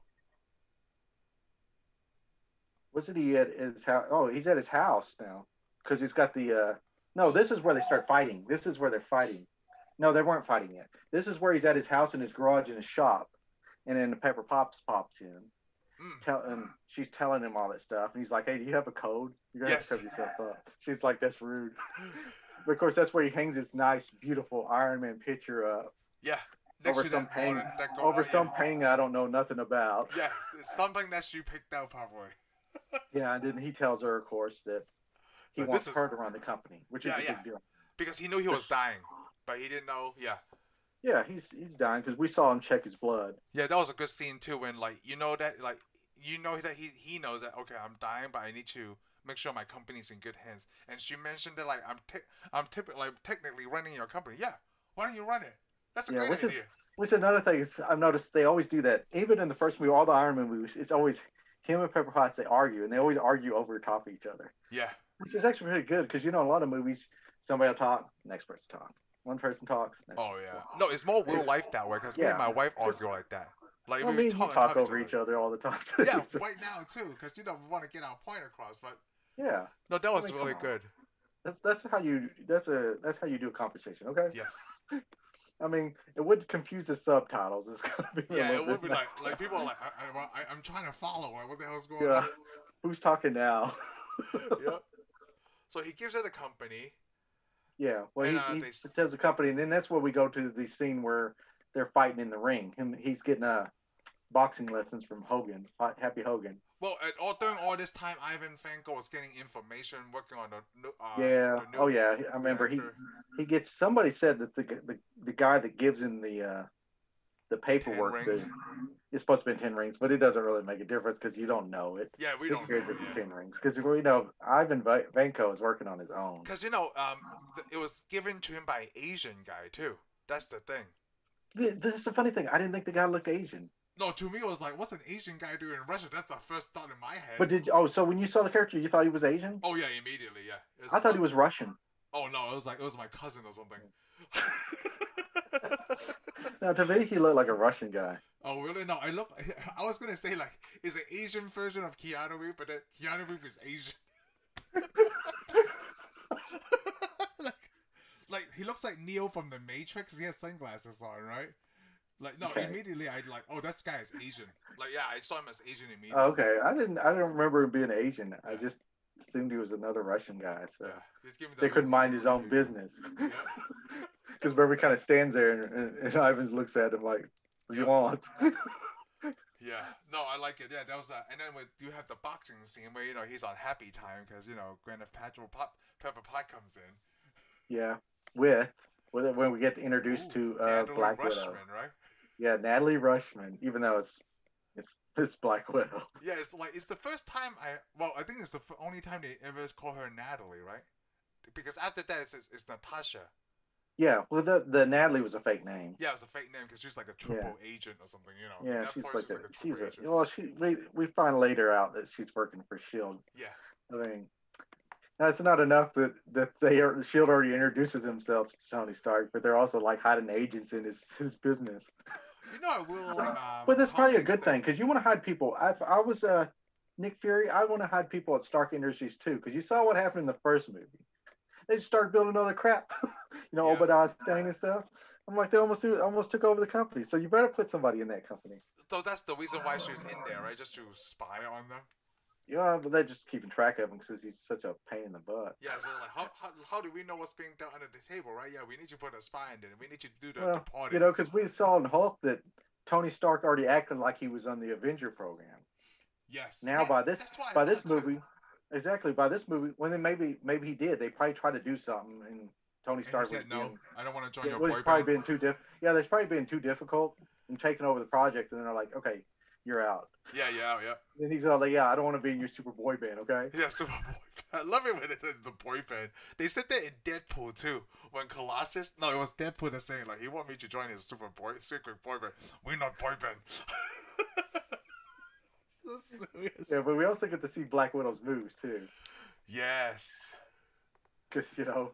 Was it he at his house? Oh, he's at his house now because he's got the. Uh... No, this is where they start fighting. This is where they're fighting. No, they weren't fighting yet. This is where he's at his house in his garage in his shop, and then Pepper Pops pops in. Mm. Tell and she's telling him all that stuff, and he's like, "Hey, do you have a code? You're gonna have to cover yourself up." She's like, "That's rude." But of course, that's where he hangs his nice, beautiful Iron Man picture up Yeah, next over to some that, painting, modern- that go- over yeah. some painting I don't know nothing about. Yeah, it's something that you picked out probably. Yeah, and then he tells her, of course, that he But wants this is- her to run the company, which is Yeah, a yeah. big deal. Because he knew he was dying, but he didn't know. Yeah, Yeah, he's he's dying because we saw him check his blood. yeah, that was a good scene too. When like you know that like you know that he he knows that okay, I'm dying, but I need to make sure my company's in good hands. And she mentioned that like I'm te- I'm typ- like technically running your company. Yeah, why don't you run it? That's a Yeah, great which is- idea. Which is another thing is I've noticed they always do that. Even in the first movie, all the Iron Man movies, it's always him and Pepper Potts. They argue, and they always argue over top of each other, Yeah. which is actually pretty good because you know in a lot of movies somebody will talk, next person talks, one person talks. Next Oh yeah. No, it's more real life that way. Cause me and Yeah. my wife argue like that. Like Well, we me were and you talking talk about over each other all the time. yeah, right now too, because you know we want to get our point across. But yeah. no, that was mean, really Oh, come on. good. That's that's how you that's a that's how you do a conversation. Okay. Yes. I mean, it would confuse the subtitles. It's gonna be a Yeah, little it would bit be like like people are like I, I, I- I'm trying to follow. Like, what the hell's going Yeah. on? who's talking now? yeah. So he gives her the company. yeah. Well, And, he, uh, he they s- tells the company, and then that's where we go to the scene where they're fighting in the ring. Him, he's getting uh, boxing lessons from Hogan, Ho- Happy Hogan. Well, at all during all this time, Ivan Fanko was getting information, working on the new. Uh, yeah. the new- Oh yeah. I remember he actor. he gets somebody said that the the, the guy that gives him the uh, the paperwork rings. is it's supposed to be ten rings, but it doesn't really make a difference because you don't know it. Yeah, we Who don't. cares know if it's yet. ten rings? Because we know Ivan Va- Vanko is working on his own. Because you know, um, th- it was given to him by an Asian guy too. That's the thing. Th- This is the funny thing. I didn't think the guy looked Asian. No, to me it was like, what's an Asian guy doing in Russia? That's the first thought in my head. But did oh, so when you saw the character, you thought he was Asian? oh yeah, immediately, yeah. It I thought he was Russian. Oh no, it was like it was my cousin or something. Now to me, he looked like a Russian guy. oh really? No, I look. I was gonna say like, is an Asian version of Keanu Reeves, but then Keanu Reeves is Asian. like, like he looks like Neo from the Matrix. 'cause He has sunglasses on, right? Like no, Okay. immediately I like, oh, this guy is Asian. Like yeah, I saw him as Asian immediately. Oh, okay, I didn't. I don't remember him being Asian. I just assumed he was another Russian guy. So Yeah, just give me that they couldn't little mind his secret own dude. business. Yeah. Because Burberry kind of stands there and, and, and Ivan looks at him like, "What do you Yep. want?" Yeah, no, I like it. Yeah, that was that. And then with you have the boxing scene where you know he's on happy time because you know Gwyneth Paltrow, Pop, Pepper Pot comes in. yeah, with with when we get introduced Ooh, to uh, Natalie Black Rushman, Widow. right? Yeah, Natalie Rushman. Even though it's it's it's Black Widow. Yeah, it's like it's the first time I. Well, I think it's the f- only time they ever call her Natalie, right? Because after that, it's it's, it's Natasha. Yeah, well, the the Natalie was a fake name. Yeah, it's a fake name because she's like a triple agent or something, you know. At Yeah, that she's point, like a, she's triple agent. a, well, she we we find later out that she's working for Shield. Yeah, I mean, that's not enough that that they are Shield E already introduces themselves to Tony Stark, but they're also like hiding agents in his his business. you know, I really like. Um, But that's probably a Hulk good is thing because you want to hide people. I, I was uh, Nick Fury. I want to hide people at Stark Industries too because you saw what happened in the first movie. They just started building other crap, you know, Yeah. Obadiah Stane and stuff. I'm like, they almost do, almost took over the company. So you better put somebody in that company. So that's the reason why she's in there, right? Just to spy on them. Yeah, but they're just keeping track of him because he's such a pain in the butt. Yeah, so like, how, how, how do we know what's being done under the table, right? Yeah, we need you to put a spy in there. We need you to do the, Well, the party. You know, because we saw in Hulk that Tony Stark already acted like he was on the Avenger program. yes. Now Yeah, by this that's what I by this thought, too. movie, exactly by this movie, when they maybe maybe he did, they probably tried to do something, and Tony And he Stark said, was no, being- I don't want to join yeah, your well, boy he's band. probably been too diff. Yeah, there's probably been too difficult and taking over the project, and then they're like, okay, you're out. Yeah, yeah, yeah. Then he's all like, yeah, I don't want to be in your super boy band, okay? Yeah, so my boy band. I love it when it the boy band. They said that in Deadpool too. When Colossus, no, it was Deadpool that's saying like he want me to join his super boy secret boy band. We're not boy band. so serious. Yeah, but we also get to see Black Widow's moves too. Yes. because you know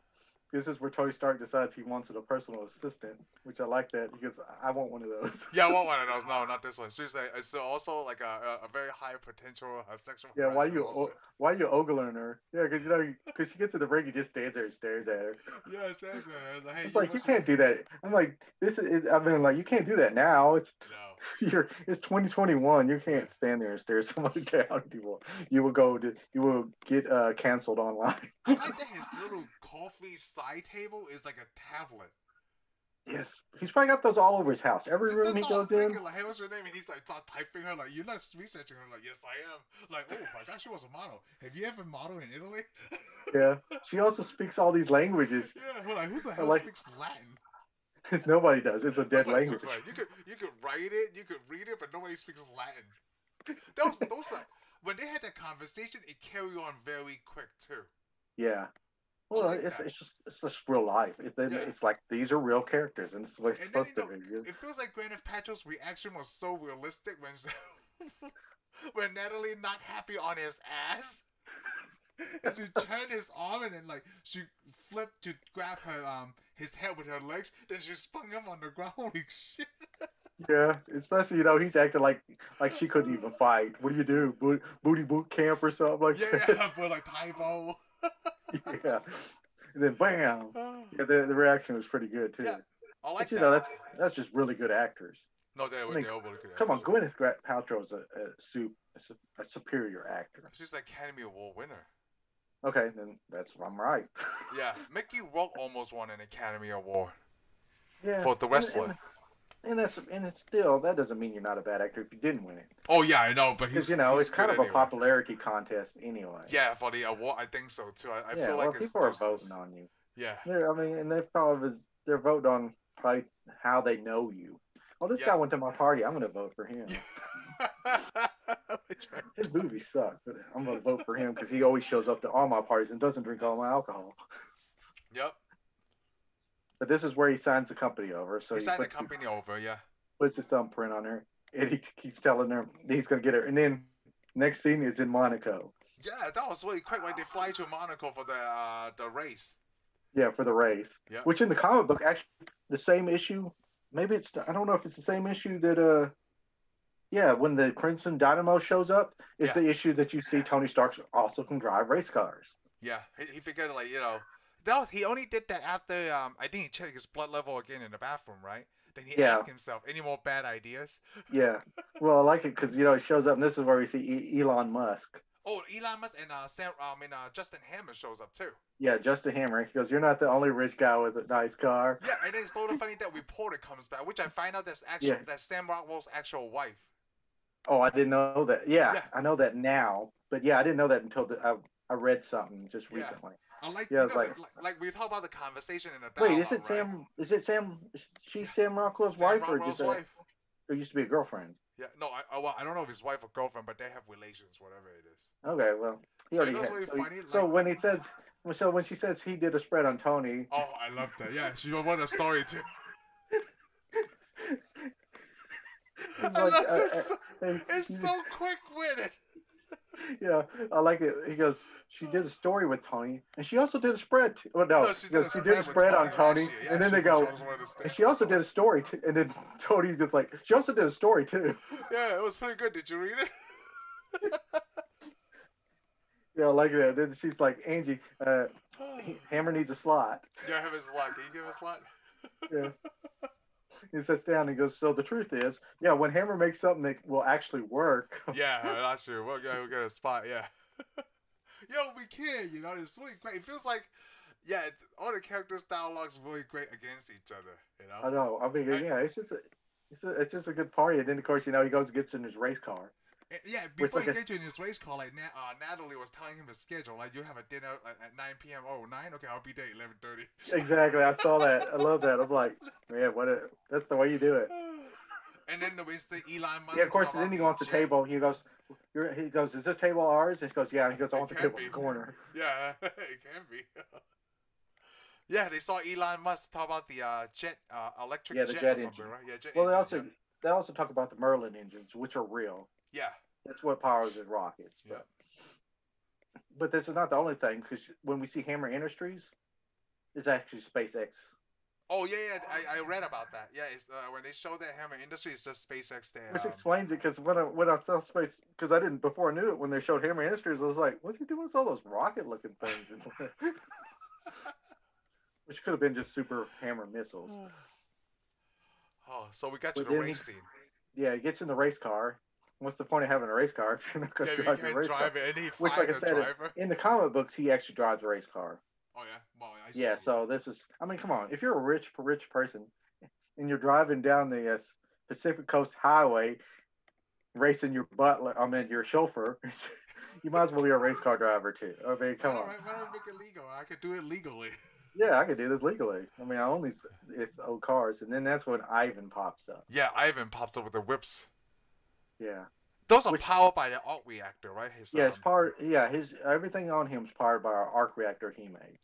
this is where Tony Stark decides he wants a personal assistant, which I like that because I want one of those. Yeah, I want one of those. No, not this one. Seriously, it's also like a, a- a very high potential uh, sexual. Yeah, why harassment you lawsuit. why you ogling her? Yeah, because you know because she gets to the ring, he just stands there and stares at her. Yes, that's it. It's Like, hey, It's you like you must- can't do that. I'm like this is I mean like you can't do that now. It's No. you're it's 2021. You can't stand there and stare somebody down. You will you will go to you will get uh canceled online. I like that his little coffee side table is like a tablet. Yes, he's probably got those all over his house. Every That's room he all I was goes in. thinking. Like, hey, what's your name? And he's like, start typing her. Like, you're not researching her. Like, yes, I am. Like, oh my gosh, she was a model. Have you ever modeled in Italy? Yeah, she also speaks all these languages. yeah. Well, like, who's the hell like- speaks Latin? Nobody does. It's a dead Nobody language. speaks Latin. You could you could write it, you could read it, but nobody speaks Latin. Those those like when they had that conversation, it carried on very quick too. Yeah. Well, like it's, that. it's just it's just real life. It's, it's, Yeah. it's like these are real characters, and it's what it's And then, supposed you to be. It's- It feels like Gwyneth Paltrow's reaction was so realistic when when Natalie not happy on his ass. And she turned his arm and then like she flipped to grab her um his head with her legs, then she spun him on the ground. Holy shit. Yeah, especially you know he's acting like like she couldn't even fight. What do you do, Bo- booty boot camp or something like? Yeah, yeah, but like Tybo. that? yeah. And then bam. Yeah, the, the reaction was pretty good too. Yeah, I like But, you that. know that's that's just really good actors. no, they were I mean, they were good Come on, actors. Gwyneth Gra- Paltrow is a, a, su- a, su- a superior actor. She's an Academy Award winner. Okay, then that's I'm right. Yeah, Mickey Rourke almost won an Academy Award yeah. for The and- Wrestler. And, and that's and it's still that doesn't mean you're not a bad actor if you didn't win it. Oh yeah, I know, but he's Because you know he's it's kind good of a anyway. popularity contest anyway. Yeah, for the award, I think so too. I, I yeah, feel well, like it's people are useless. voting on you. Yeah, They're, I mean, and they probably they're voting on probably how they know you. Oh, this Yeah. guy went to my party. I'm gonna vote for him. Yeah. His movies suck, but I'm gonna vote for him because he always shows up to all my parties and doesn't drink all my alcohol. yep. But this is where he signs the company over. So he he, signed the puts, his- company over. Yeah. puts his thumbprint on her, and he keeps telling her he's gonna get her. And then next scene is in Monaco. Yeah, that was really quick. Like they fly to Monaco for the uh, the race. Yeah, for the race. Yeah. Which in the comic book, actually, the same issue. Maybe it's I don't know if it's the same issue that uh, yeah, when the Crimson Dynamo shows up, it's Yeah. the issue that you see Tony Stark also can drive race cars. Yeah, he, he figured like you know that was, he only did that after um I think he checked his blood level again in the bathroom, right? Then he Yeah. asked himself, any more bad ideas? Yeah. well, I like it because you know it shows up, and this is where we see e- Elon Musk. Oh, Elon Musk and uh, Sam, I mean uh, Justin Hammer shows up too. Yeah, just a hammer. He goes, "You're not the only rich guy with a nice car." Yeah, and it's totally funny that reporter comes back, which I find out that's actual Yeah. that's Sam Rockwell's actual wife. Oh, I didn't know that. Yeah, Yeah. I know that now, but yeah, I didn't know that until the, I I read something just Yeah. recently. I like Yeah, you it's know, like- the, like like we talk about the conversation in the Wait, is dialogue, it right? Sam? Is it Sam? Is she Sam Rockwell's Sam wife, or Rockwell's just a, wife. or used to be a girlfriend? Yeah, no, I, I, well, I don't know if his wife or girlfriend, but they have relations, whatever it is. Okay, well, he So already that's had- really so he- funny, so like- when he says, well, so when she says he did a spread on Tony, Oh, I love that. Yeah, she won a story too. I Like, love uh, this. and- It's so quick witted. yeah, I like it. He goes, she did a story with Tony, and she also did a spread. T- well, no, No, she's she, done goes, a she did a spread with spread on Tony Tony, last year. Yeah, and then she they was- go. she was one of the And she also standouts. did a story, t- and then Tony's just like, she also did a story too. Yeah, it was pretty good. Did you read it? Yeah, I like that. Then she's like, Angie, uh, Hammer needs a slot. yeah, have a slot. Can you give a slot? yeah. He sits down and goes, So the truth is, yeah, when Hammer makes something that will actually work, Yeah, that's true. We'll get, we'll get a spot. Yeah. Yo, we can. You know, it's really great. It feels like, yeah, all the characters' dialogues really great against each other. You I know. know. I mean, I- yeah, it's just a, it's, a, it's just a good party. And then, of course, you know, he goes and gets in his race car. And- yeah, before like he a- gets you in his race car, like Na- uh, Natalie was telling him his schedule. Like, you have a dinner at, at 9 p.m. Oh, 9? Okay, I'll be there at 11:30. Exactly. I saw that. I love that. I'm like, man, what? A, that's the way you do it. and then the way the Elon Musk. Yeah, of course. talk Then about he wants the jet. table. He goes, You're, he goes, Is this table ours? And he goes, Yeah. He goes, I It want the can't table in be. the corner. Yeah, it can be. yeah, they saw Elon Musk talk about the uh, jet, uh, electric Yeah, the jet, jet or something, engine. right? Yeah, jet Well, they engine, also they also talk about the Merlin engines, which are real. Yeah. yeah. That's what powers his rockets. But, but this is not the only thing because when we see Hammer Industries, it's actually SpaceX. Oh yeah, yeah. I, I read about that. Yeah, it's uh, when they show that Hammer Industry, it's just SpaceX. They, Which um, explains it because when I when I saw space because I didn't before I knew it when they showed Hammer Industries I was like what's he doing with all those rocket looking things in there?" which could have been just super Hammer missiles um, oh, so we got to But the then- race scene. yeah he gets in the race car what's the point of having a race car if you're not going Yeah, to we drive your can't race car drive it. And he Which, fired like I the said, is- driver. in the comic books he actually drives a race car Oh yeah. Well, I yeah see. so this is I mean come on if you're a rich rich person and you're driving down the uh, Pacific Coast Highway racing your butler I mean your chauffeur you might as well be a race car driver too I mean come why on don't, I- Why don't we make it legal? I could do it legally. yeah I could do this legally I mean I own these it's old cars and then that's when Ivan pops up Yeah, Ivan pops up with the whips. yeah Those are Which- powered by the alt reactor, right? His, yeah it's um, powered yeah his everything on him is powered by our arc reactor he made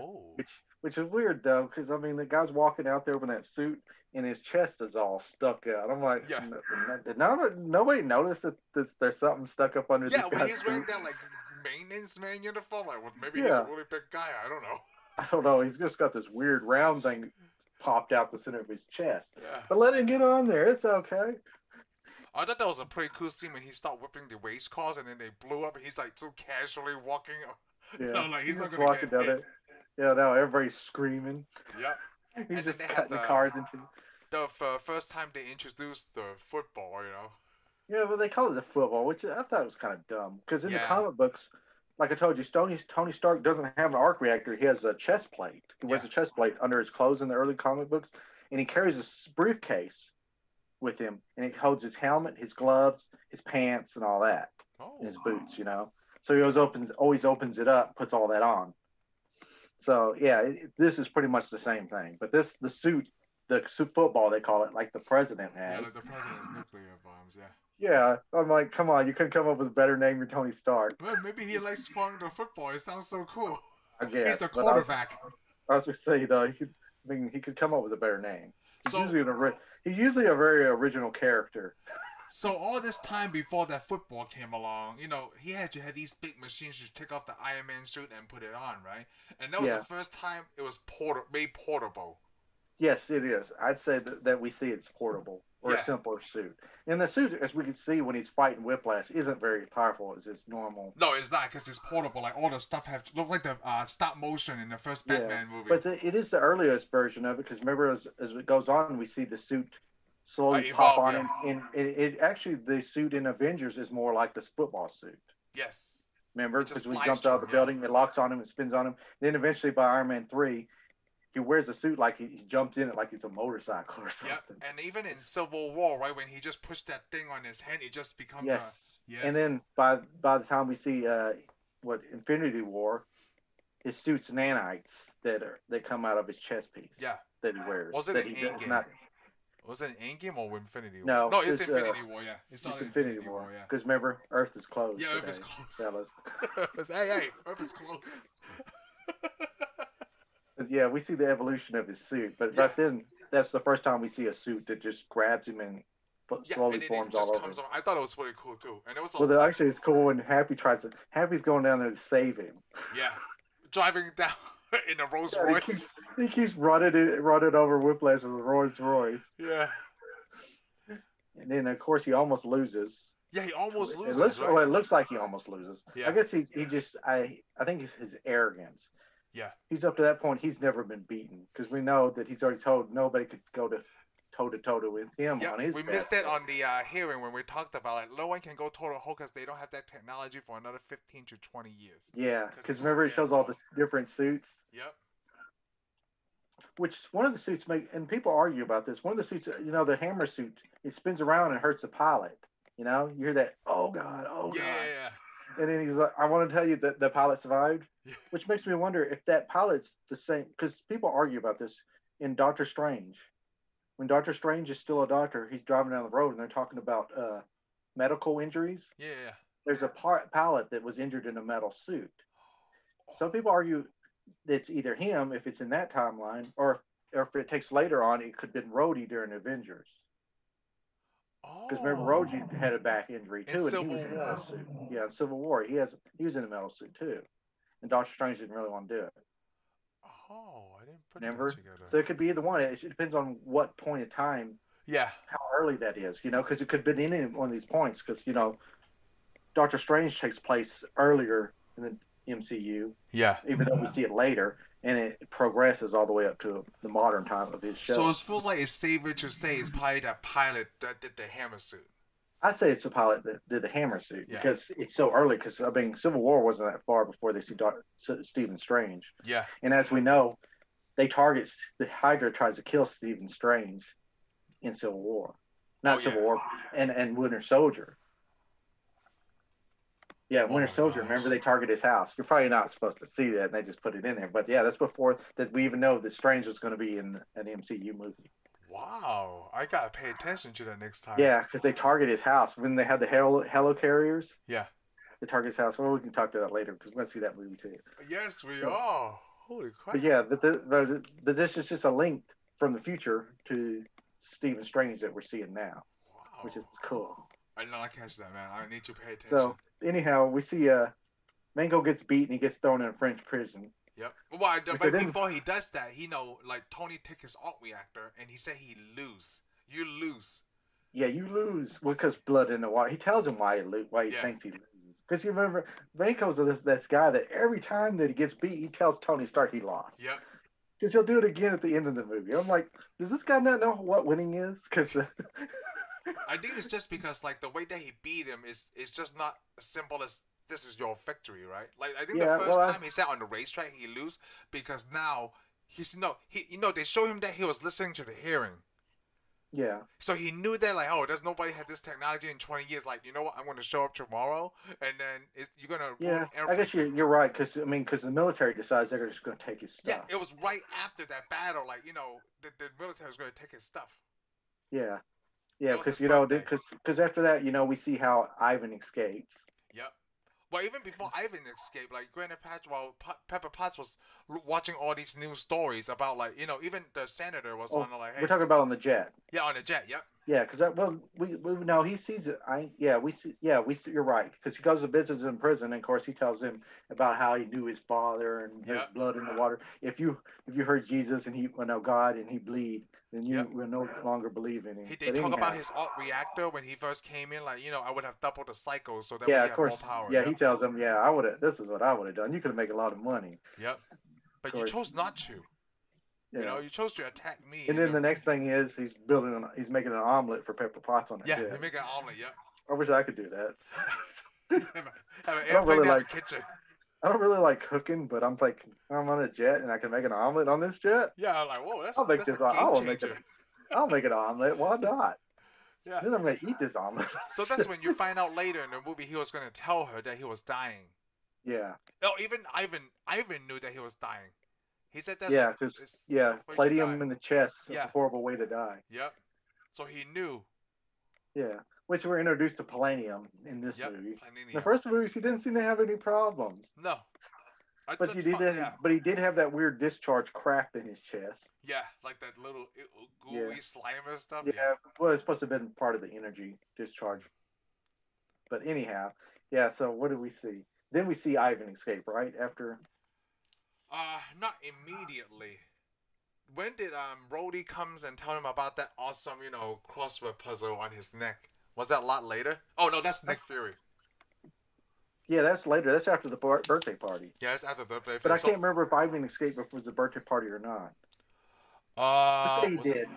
Oh. which which is weird though, 'cause I mean the guy's walking out there with that suit and his chest is all stuck out. I'm like, Yeah. "N- n- did nobody, nobody notice that, that there's something stuck up under Yeah, this when guy's he's wearing suit? that like maintenance man uniform, like well, maybe he's Yeah. a really big guy. I don't know. I don't know. He's just got this weird round thing popped out the center of his chest. Yeah. But let it get on there. It's okay. I thought that was a pretty cool scene when he started whipping the race cars and then they blew up. And he's like so casually walking. up. Yeah. No, like, he's not just gonna walking get down hit. it. Yeah, now everybody's screaming. Yep. He's then just they had cutting the the- cars into. The f- uh, first time they introduced the football, you know. Yeah, well, they call it the football, which I thought was kind of dumb because in Yeah. the comic books, like I told you, Tony, Tony Stark doesn't have an arc reactor. He has a chest plate. He wears a chest plate under his clothes in the early comic books, and he carries a s- briefcase with him, and it holds his helmet, his gloves, his pants, and all that, Oh. and his boots. You know, so he always opens always opens it up, puts all that on. So yeah, it, it- this is pretty much the same thing, but this the suit, the suit football they call it, like the president has. Yeah, like the president's nuclear bombs. Yeah. Yeah, I'm like, come on, you couldn't come up with a better name than Tony Stark. Well, maybe he likes calling the football. It sounds so cool. I guess. He's the But I was- quarterback. I was gonna say though, he could, I mean, he could come up with a better name. He's So, usually an ori- he's usually a very original character. so all this time before that football came along, you know, he had to have these big machines to take off the Iron Man suit and put it on, right? And that was Yeah. the first time it was porta- made portable. Yes, it is. I'd say that, that we see it's portable or Yeah. a simpler suit. And the suit, as we can see when he's fighting Whiplash, isn't very powerful as his normal. No, it's not because it's portable. Like all the stuff have look like the uh, stop motion in the first Yeah, Batman movie. But the, it is the earliest version of it because remember, as, as it goes on, we see the suit slowly Uh, pop evolve, on, and, and it, it actually the suit in Avengers is more like the football suit. yes, Remember, It just because we flies jumped out through of the him, yeah. building, it locks on him, it spins on him. Then eventually, by Iron Man three, he wears a suit like he, he jumped in it like it's a motorcycle or yep. something. And even in Civil War, right when he just pushed that thing on his hand, it just becomes Yes. the yes. And then by by the time we see uh, what Infinity War, his suit's nanites that are that come out of his chest piece yeah, that he wears. Was it that an he does Endgame? not- was it in Endgame or Infinity War? No, no, it's, it's, uh, Infinity War. Yeah, it's not It's Infinity War. Yeah. Because remember, Earth is closed. Yeah, Earth today, is closed. It's- Fellas. hey, hey, Earth is close. But yeah, we see the evolution of his suit, but back then, that's the first time we see a suit that just grabs him and fo- yeah, slowly and then forms it just all over. comes on. I thought it was pretty cool too, and it was a Well, that actually is cool when Happy tries to. Happy's going down there to save him. yeah, driving down in a Rolls Yeah, he, Royce. keeps, he keeps running it, running over Whiplash with a Rolls Royce, Yeah, and then of course he almost loses. yeah, he almost It loses. looks, right? well, it looks like he almost loses. Yeah. I guess he, he just I I think it's his arrogance. Yeah. He's up to that point. He's never been beaten because we know that he's already told nobody could go to toe to toe with him Yeah, on his. we bad missed that day. on the uh, hearing when we talked about it. No one can go total Hulk because they don't have that technology for another 15 to 20 years. Yeah, 'Cause because he's remember it damn shows all the smart. different suits. Yep. which one of the suits make and people argue about this one of the suits you know the hammer suit it spins around and hurts the pilot you know you hear that oh god oh yeah, god yeah, and then he's like i want to tell you that the pilot survived Yeah. which makes me wonder if that pilot's the same because people argue about this in doctor strange when doctor strange is still a doctor he's driving down the road and they're talking about uh, medical injuries yeah, yeah, yeah. there's a par- pilot that was injured in a metal suit some people argue it's either him if it's in that timeline, or or if it takes later on, it could have been Rhodey during Avengers. Oh. Because remember, Rhodey had a back injury In too, and he Civil was in a War. metal suit. Yeah, in Civil War, he has he was in a metal suit too, and Doctor Strange didn't really want to do it. Oh, I didn't put Remember? that together. So it could be either one. It depends on what point of time, yeah, how early that is, you know, because it could have been any one of these points. Because you know, Doctor Strange takes place earlier in the MCU, yeah. even though we see it later, and it progresses all the way up to the modern time of his show. So it feels like it's safer to say it's probably that pilot that did the hammer suit. I say it's the pilot that did the hammer suit Yeah. because it's so early. Because I mean, Civil War wasn't that far before they see Doc, S- Stephen Strange, Yeah. and as we know, they target the Hydra tries to kill Stephen Strange in Civil War, not Oh, Civil yeah. War, and and Winter Soldier. Yeah, Oh, Winter my Soldier. gosh. Remember, they target his house. You're probably not supposed to see that, and they just put it in there. But yeah, that's before that we even know that Strange was going to be in an MCU movie. Wow. I gotta pay attention to that next time. Yeah, because they target his house when they had the Hello, Hello Carriers. Yeah. The target's house. Well, we can talk to that later because we're gonna see that movie too. Yes, we are. Holy crap. But yeah, but, the, but, but this is just a link from the future to Stephen Strange that we're seeing now, Wow. which is cool. I did not catch that, man. I need to pay attention. So anyhow, we see uh, Mango gets beat and he gets thrown in a French prison. Yep. Well, I, Because but then- before he does that, he know like Tony took his alt reactor and he said he lose. You lose. Yeah, you lose because blood in the water. He tells him why he lo- why he Yeah. thinks he loses. Because you remember, Vanko's this this guy that every time that he gets beat, he tells Tony Stark he lost. Yep. Because he'll do it again at the end of the movie. I'm like, does this guy not know what winning is? Because I think it's just because like the way that he beat him is is just not as simple as this is your victory, right? Like I think Yeah, the first well, I- time he sat on the racetrack he lose because now he's no he you know they show him that he was listening to the hearing. yeah, So he knew that like oh there's nobody had this technology in 20 years like you know what I'm going to show up tomorrow and then it's, you're going to yeah, I guess you're you're right. Because I mean, because the military decides they're just going to take his Yeah, stuff. it was right after that battle. Like you know, the, the military was going to take his stuff. Yeah, That yeah, was because his you know, birthday. because after that, you know, we see how Ivan escapes. Yep. Well, even before Ivan escaped, like Grandpa Patch, while P- Pepper Potts was l- watching all these news stories about like you know, even the senator was Oh, on like, hey, We're talking about on the jet. yeah, on a jet. Yep. Yeah, because well, we, we no, he sees it. I yeah, we see yeah, we see, you're right because he goes to visit him in prison, and of course he tells him about how he knew his father and there's Yep. blood in the water. If you if you heard Jesus and he well, no God and he bleed, then you Yep. will no longer believe in him. He, they But talk anyhow, about his alt reactor when he first came in. Like you know, I would have doubled the cycle so that yeah, we of have course more power. yeah, yep. he tells him yeah, I would have this is what I would have done. You could have made a lot of money. Yep. But you course. chose not to. Yeah. You know, you chose to attack me. and you then the know. next thing is he's building an, he's making an omelet for Pepper Potts on the Yeah, jet. they make an omelet. Yep. I wish I could do that. have, a, have an I don't airplane really down like- the kitchen. I don't really like cooking, but I'm like I'm on a jet and I can make an omelet on this jet. Yeah, I'm like whoa, that's I'll make that's this a up. game I will make it- changer. I'll make an omelet. Why not? Yeah. Then I'm gonna eat this omelet. So that's when you find out later in the movie he was gonna tell her that he was dying. Yeah, No, even Ivan Ivan knew that he was dying. He said that's Yeah, a- 'cause- it's yeah. tough way to Palladium die. in the chest is Yeah. a horrible way to die. Yep. So he knew. Yeah, which we're introduced to palladium in this Yep. movie. Planinia. The first movie, she didn't seem to have any problems, no. I, that's but he did. fine, have- Yeah. But he did have that weird discharge crack in his chest. yeah, like that little i- i- Yeah. gooey slimer stuff. Yeah, well, it's supposed to have been part of the energy discharge. But anyhow, yeah. So what do we see? Then we see Ivan escape right after. Uh, not immediately. When did um Rhodey comes and tell him about that awesome you know crossword puzzle on his neck? Was that a lot later? Oh no, that's Nick Fury. Yeah, that's later. That's after the bar- birthday party. Yeah, that's after the birthday. But I so, can't remember if Ivan escaped if it was the birthday party or not. Uh, Let's say he was it- did.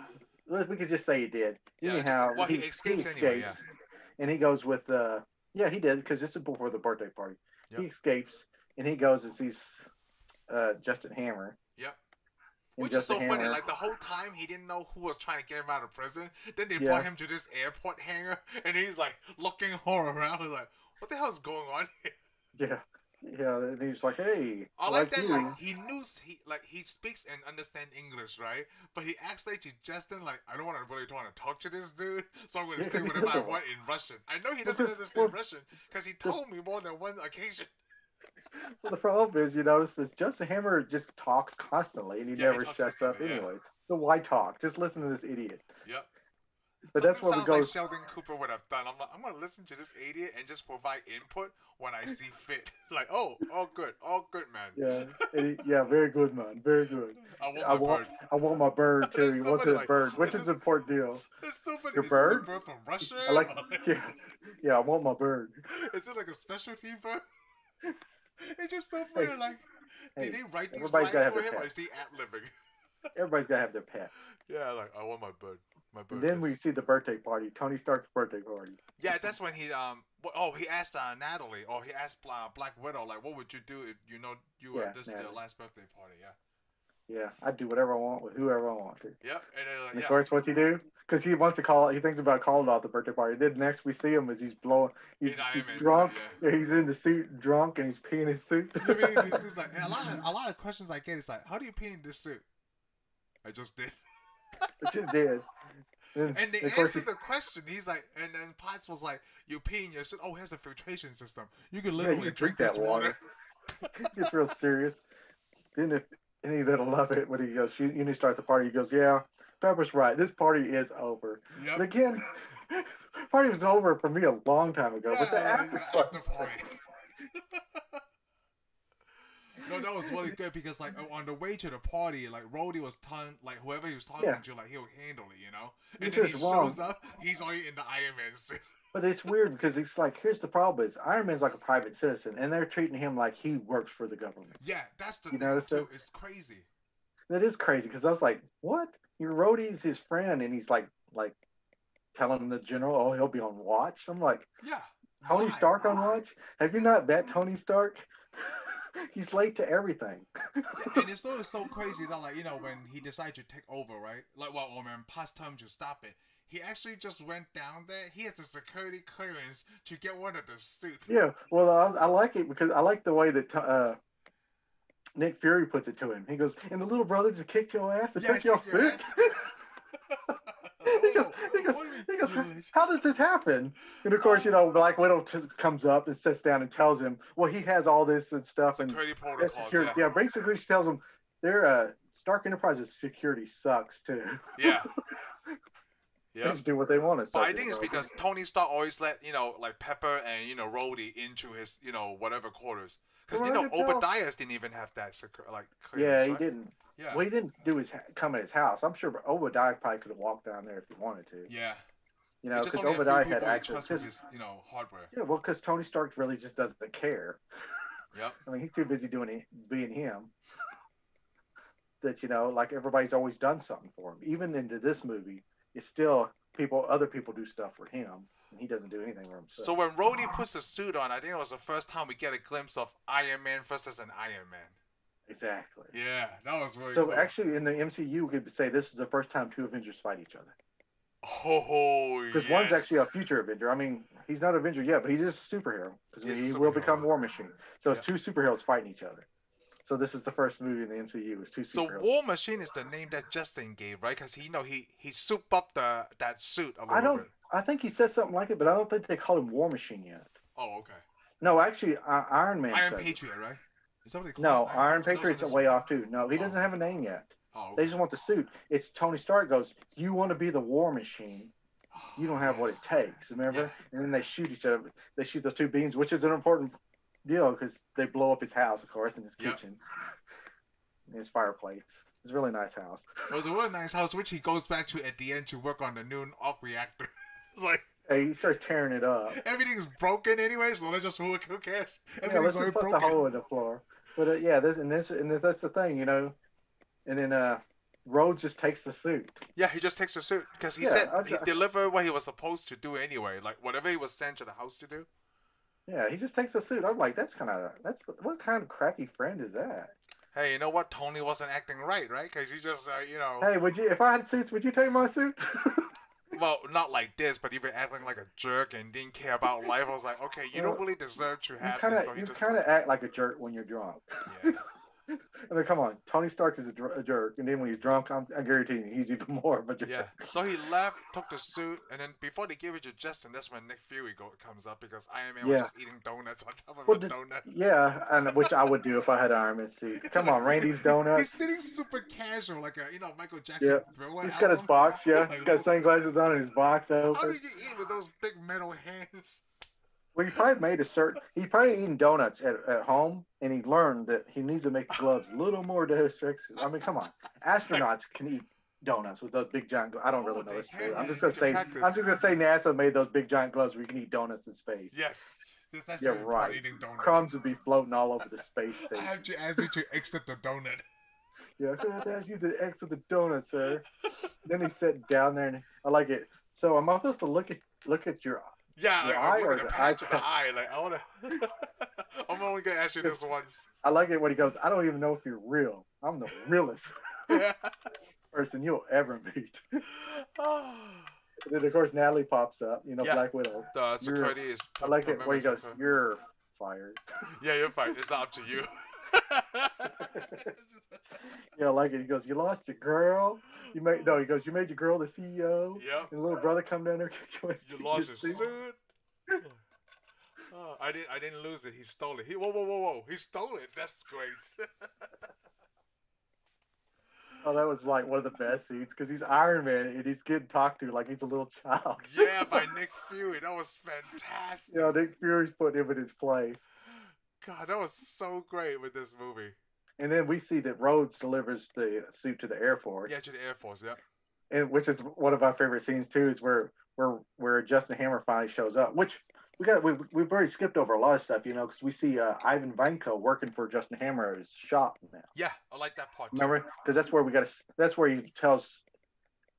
Let's- we could just say he did. Yeah, just- Anyhow, well, he escapes anyway, yeah. And he goes with, uh, yeah, he did because this is before the birthday party. He escapes and he goes and sees uh, Justin Hammer. Yep. And Which is so Justin funny. Hammer- Like the whole time he didn't know who was trying to get him out of prison. Then they Yeah. brought him to this airport hangar, and he's like looking all around. He's like, "What the hell's going on?" here?" yeah, yeah. And he's like, hey, I like that. you. Like he knew he like he speaks and understand English, right? But he acts like to Justin like, "I don't want to really want to talk to this dude, so I'm going to Yeah, say 'cause he whatever I doesn't. want in Russian." I know he Well, doesn't 'cause- understand well, Russian because he told me more than one occasion. Well, the problem is, you know, is that Justin Hammer just talks constantly and he Yeah, he never talks shuts up constantly, yeah. anyway. So why talk? Just listen to this idiot. Yep. But that's Something where we sounds go. like Sheldon Cooper would have done. I'm like, I'm gonna listen to this idiot and just provide input when I see fit. like, oh, all good, all good, man. yeah, and he- yeah, very good, man. Very good. I want I my want, bird. I want my bird too. There's He wants somebody his like, bird, which this is is- an important deal. It's so funny. Your is this bird? a bird from Russia? I like, yeah, yeah, I want my bird. Is it like a specialty bird? it's just so funny. Hey, like, hey, did they write these everybody's lines gotta have for a him, pet. or is he ad libbing? Everybody's gotta have their pet. yeah, like I want my bird. My bird. And then we is- see the birthday party, Tony Stark's birthday party. Yeah, that's when he um. wh- Oh, he asked uh, Natalie, or he asked uh, Black Widow, like, what would you do if you know you were Yeah, this is their Natalie. last birthday party? Yeah. Yeah, I do whatever I want with whoever I want to. Yep. And then like, And of Uh, yeah. course, what's he do? Because he wants to call. He thinks about calling out the birthday party. Then next we see him is he's blowing. He's, In Iron he's Man suit, drunk. yeah. He's in the suit, drunk, and he's peeing his suit. I mean, it's just like a lot of a lot of questions I get. It's like, how do you pee in this suit? I just did. Which is dead. And they of course, answered the question. He's like, and then Potts was like, you pee in your suit. Oh, here's a filtration system. You can Yeah, you literally can drink, drink this that water." water. he gets real serious. Then if any of that'll love it when he goes, you you need to start the party. He goes, yeah, Pepper's right. This party is over. Yep. And again, party was over for me a uh, long time ago. but the Yeah, after the after party. No, that was really good because like on the way to the party, like Rhodey was telling like whoever he was talking Yeah. to, like he'll handle it, you know. You're And then he just wrong. shows up, he's already in the Iron Man suit. But it's weird because it's like here's the problem: is Iron Man's like a private citizen, and they're treating him like he works for the government. Yeah, that's the You thing know, too. so- It's crazy. That is crazy because I was like, what? Your roadie's his friend, and he's like, like telling the general, oh, he'll be on watch. I'm like, Yeah. Tony Why? Stark on watch? Have you not met Tony Stark? he's late to everything. Yeah, and it's always so crazy that like you know when he decided to take over, right? Like well, or man, past time to stop it. He actually just went down there. He had the security clearance to get one of the suits. Yeah, well, I, I like it because I like the way that uh, Nick Fury puts it to him. He goes, "And the little brother just kicked your ass and Yeah, took your kicked your food." ass. he goes, Oh, he goes, what do you he mean, goes, Julius? "How does this happen?" And of course, you know, Black Widow t- comes up and sits down and tells him, "Well, he has all this and stuff." And Security that's protocols. security. yeah. yeah, basically, she tells him, "Their uh, Stark Enterprises security sucks too. Yeah. They Yeah. just do what they want." But I think it's because Tony Stark always let you know, like Pepper and you know Rhodey into his you know whatever quarters. Because you Well, know I can tell. Obadiah didn't even have that secu- like clearance. Yeah, he right? didn't. Yeah. Well, he didn't do his come at his house. I'm sure Obadiah probably could have walked down there if he wanted to. Yeah. You It's know, just because only a few Obadiah had people you access. trust to with his, you know, hardware. yeah, well, because Tony Stark really just doesn't care. Yep. I mean, he's too busy doing it, being him. that you know, like everybody's always done something for him. Even into this movie, it's still people, other people do stuff for him, and he doesn't do anything for himself. So when Rhodey puts the suit on, I think it was the first time we get a glimpse of Iron Man versus an Iron Man. exactly. Yeah, that was really So cool. actually, in the MCU, we could say this is the first time two Avengers fight each other. oh, Because yes. one's actually a future Avenger. I mean, he's not an Avenger yet, but he's just a superhero. Because He's he a will superhero. become War Machine. So it's two superheroes fighting each other. So this is the first movie in the MCU. It's two So superheroes. War Machine is the name that Justin gave, right? Because he, you know, he he souped up the that suit a little I don't. bit. I think he said something like it, but I don't think they call him War Machine yet. Oh, okay. No, actually, I Iron Man. Iron says it. Patriot, right? Is that what they call No, it? Iron Patriot? Patriot's Those are way the- off too. No, he doesn't Oh. have a name yet. Oh, They okay. just want the suit. It's Tony Stark goes. You want to be the War Machine? You don't have what it Yes. takes. Remember? And then they shoot each other. They shoot those two beams, which is an important deal because they blow up his house, of course, and his Yep. kitchen, and his fireplace. It's a really nice house. It was a really nice house, which he goes back to at the end to work on the new arc reactor. it's like Hey, he starts tearing it up. everything's broken anyway, so let's just who, who cares? Uh, Yeah, Everything's let's already just put broken. the hole in the floor. But uh, yeah, this and this and this, that's the thing, you know. And then uh, Rhodes just takes the suit. Yeah, he just takes the suit because he Yeah, said I- he delivered what he was supposed to do anyway, like whatever he was sent to the house to do. Yeah, he just takes the suit. I'm like, that's kind of that's what kind of crappy friend is that? Hey, you know what? Tony wasn't acting right, right? Because he just, uh, you know, Hey, would you if I had suits, would you take my suit? well, not like this, but even acting like a jerk and didn't care about life. I was like, okay, you don't Well, really deserve to you have kind this, so of he you just. kind of act like a jerk when you're drunk. Yeah. I mean, come on, Tony Stark is a, dr- a jerk, and then when he's drunk, I'm, I guarantee you, he's even more of a jerk. Yeah. So he left, took the suit, and then before they give it to Justin, that's when Nick Fury go, comes up because Iron Man was Yeah. just eating donuts on top of Well, a did- donut. Yeah, and which I would do if I had an Iron Man suit. Come on, Randy's Donuts. He's sitting super casual, like a you know Michael Jackson Yeah. thriller. He's got his album. box, yeah. He's Like, got sunglasses on and his box How open. did you eat with those big metal hands? Well, he probably made a certain. He probably eating donuts at, at home, and he learned that he needs to make the gloves a little more dexterous. I mean, come on, astronauts can eat donuts with those big giant. Gloves. I don't Oh, really they know this. can, story. I'm yeah, just you need gonna to say. I'm practice. just gonna say NASA made those big giant gloves where you can eat donuts in space. Yes. That's- That's Yeah, the important right. Eating donuts. Crumbs would be floating all over the space I station. have to ask you to exit the donut. Yeah, so I asked you to exit the donut, sir. then he sat down there, and I like it. So am I supposed to look at look at your Yeah, The like, I'm eye or looking to the patch the eye? eye. Like I wanna. I'm only gonna ask you this once. I like it when he goes, I don't even know if you're real. I'm the realest person you'll ever meet. And then, of course, Natalie pops up, you know, Yeah. Black Widow. The security is. I like it permanent when he goes, security. You're fired. Yeah, you're fine. It's not up to you. Yeah, I like it. He goes, You lost your girl. You made, no, he goes, You made your girl the CEO. Yep. And little brother come down there. kick your- You lost your your suit. seat. Oh, I didn't. I didn't lose it. He stole it. He whoa whoa whoa whoa. He stole it. That's great. Oh, that was like one of the best scenes because he's Iron Man and he's getting talked to like he's a little child. yeah, by Nick Fury. That was fantastic. You know, Nick Fury's putting him in his place. God, that was so great with this movie. And then we see that Rhodes delivers the suit to the Air Force, Yeah, to the Air Force. Yeah. and which is one of my favorite scenes too. Is where where where Justin Hammer finally shows up, which we got we we've already skipped over a lot of stuff, you know, because we see uh, Ivan Vanko working for Justin Hammer at his shop now. Yeah, I like that part. Too. Remember, because that's where we got to. That's where he tells,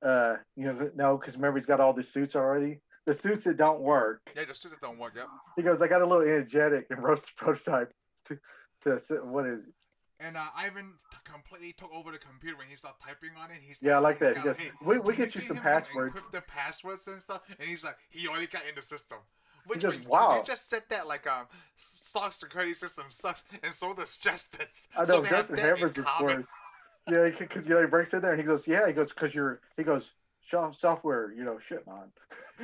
uh, you know, no, because remember he's got all the suits already. The suits that don't work. Yeah, the suits that don't work. Yep. He goes, I got a little energetic and roast prototype to, to what is And uh, Ivan t- completely took over the computer when he started typing on it. He's Yeah, I like he's that. kinda He like, goes, "We- we can get you give some him passwords." encrypted passwords and stuff. And he's like, he already got in the system. Which goes, when- 'cause "Wow." You just said that like um, s- stock security system sucks, and so does Justin's. I so know they have Justin that in Hammer's is common. worse. Yeah, because you know he breaks in there and he goes, yeah, he goes, because you're, he goes, "Sho- software, you know, shit on.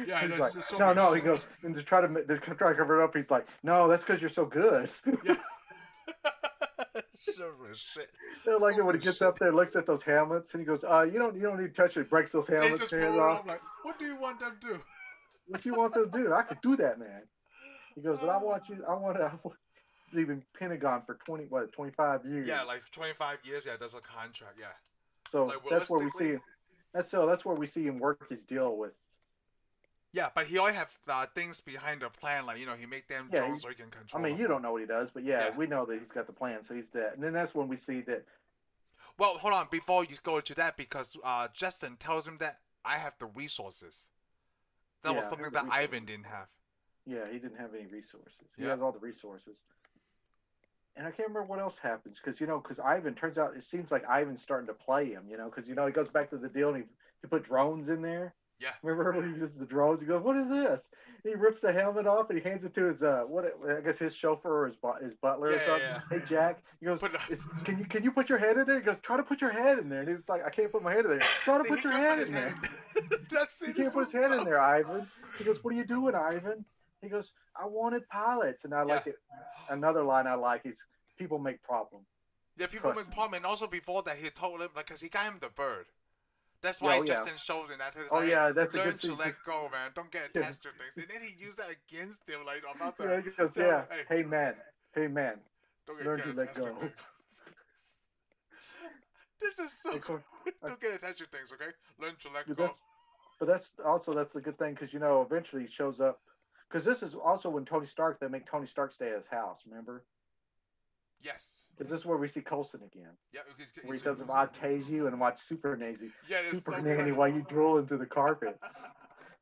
Yeah, he's that's like, just so no, much- no, he goes, and to try to, ma- to try to cover it up, he's like, no, that's because you're so good. Sure as shit. They're like So it when he much gets shit. up there, looks at those helmets, and he goes, uh, you don't, you don't need to touch it. Breaks those They helmets, just hands pull it off. off like, what do you want them to do? What you want them to do? I could do that, man. He goes, but I want you, I want to, I want to leave in Pentagon for twenty, what, twenty five years. Yeah, like 25 years. Yeah, there's a contract. Yeah. so like, that's where we see. realistically- That's so. That's where we see him work his deal with Yeah, but he always have uh, things behind the plan. Like, you know, he make them Yeah, drones he- so he can control I mean, them. you don't know what he does, but yeah, Yeah. we know that he's got the plan, so he's dead. And then that's when we see that. Well, hold on. Before you go to that, because uh, Justin tells him that I have the resources. That was Yeah, something the that resources. Ivan didn't have. Yeah, he didn't have any resources. He Yeah. has all the resources. And I can't remember what else happens because you know, because Ivan turns out it seems like Ivan's starting to play him, you know, because you know he goes back to the deal and he, he put drones in there. Yeah. Remember when he uses the drones? He goes, "What is this?" And he rips the helmet off and he hands it to his uh, what I guess his chauffeur or his, bu- his butler Yeah, or yeah, something. yeah. Hey Jack, he goes, But uh, it's, "Can you can you put your head in there?" He goes, "Try to put your head in there." And he's like, "I can't put my head in there." Try to See, put he your can't head his in there. in- That's it. He it's can't so put his head in dumb. there, Ivan. He goes, What are you doing, Ivan? He goes, I wanted pilots. And I like it. Another line I like is people make problems. Yeah, people Correct. make problem. And also before that, he told him like, cause he got him the bird. That's why Oh, yeah. Justin showed him that. It's Oh, like, yeah, that's a learn good to thing. let go, man. Don't get Yeah. attached to things. And then he used that against him, like about the. Yeah, he goes, Yeah, Yeah, hey. hey, man, hey, man. Don't get Learn attached to let to go. things. this is so. Of course. Don't get attached to things, okay? Learn to let You go. bet. But that's also that's the good thing because you know eventually he shows up because this is also when Tony Stark they make Tony Stark stay at his house. Remember? Yes. 'Cause this is where we see Colson again, Yeah. it- it- where he it's- does I tase you and watch Super Nazi, Yeah, it's so Super good. Nanny while you drool into the carpet.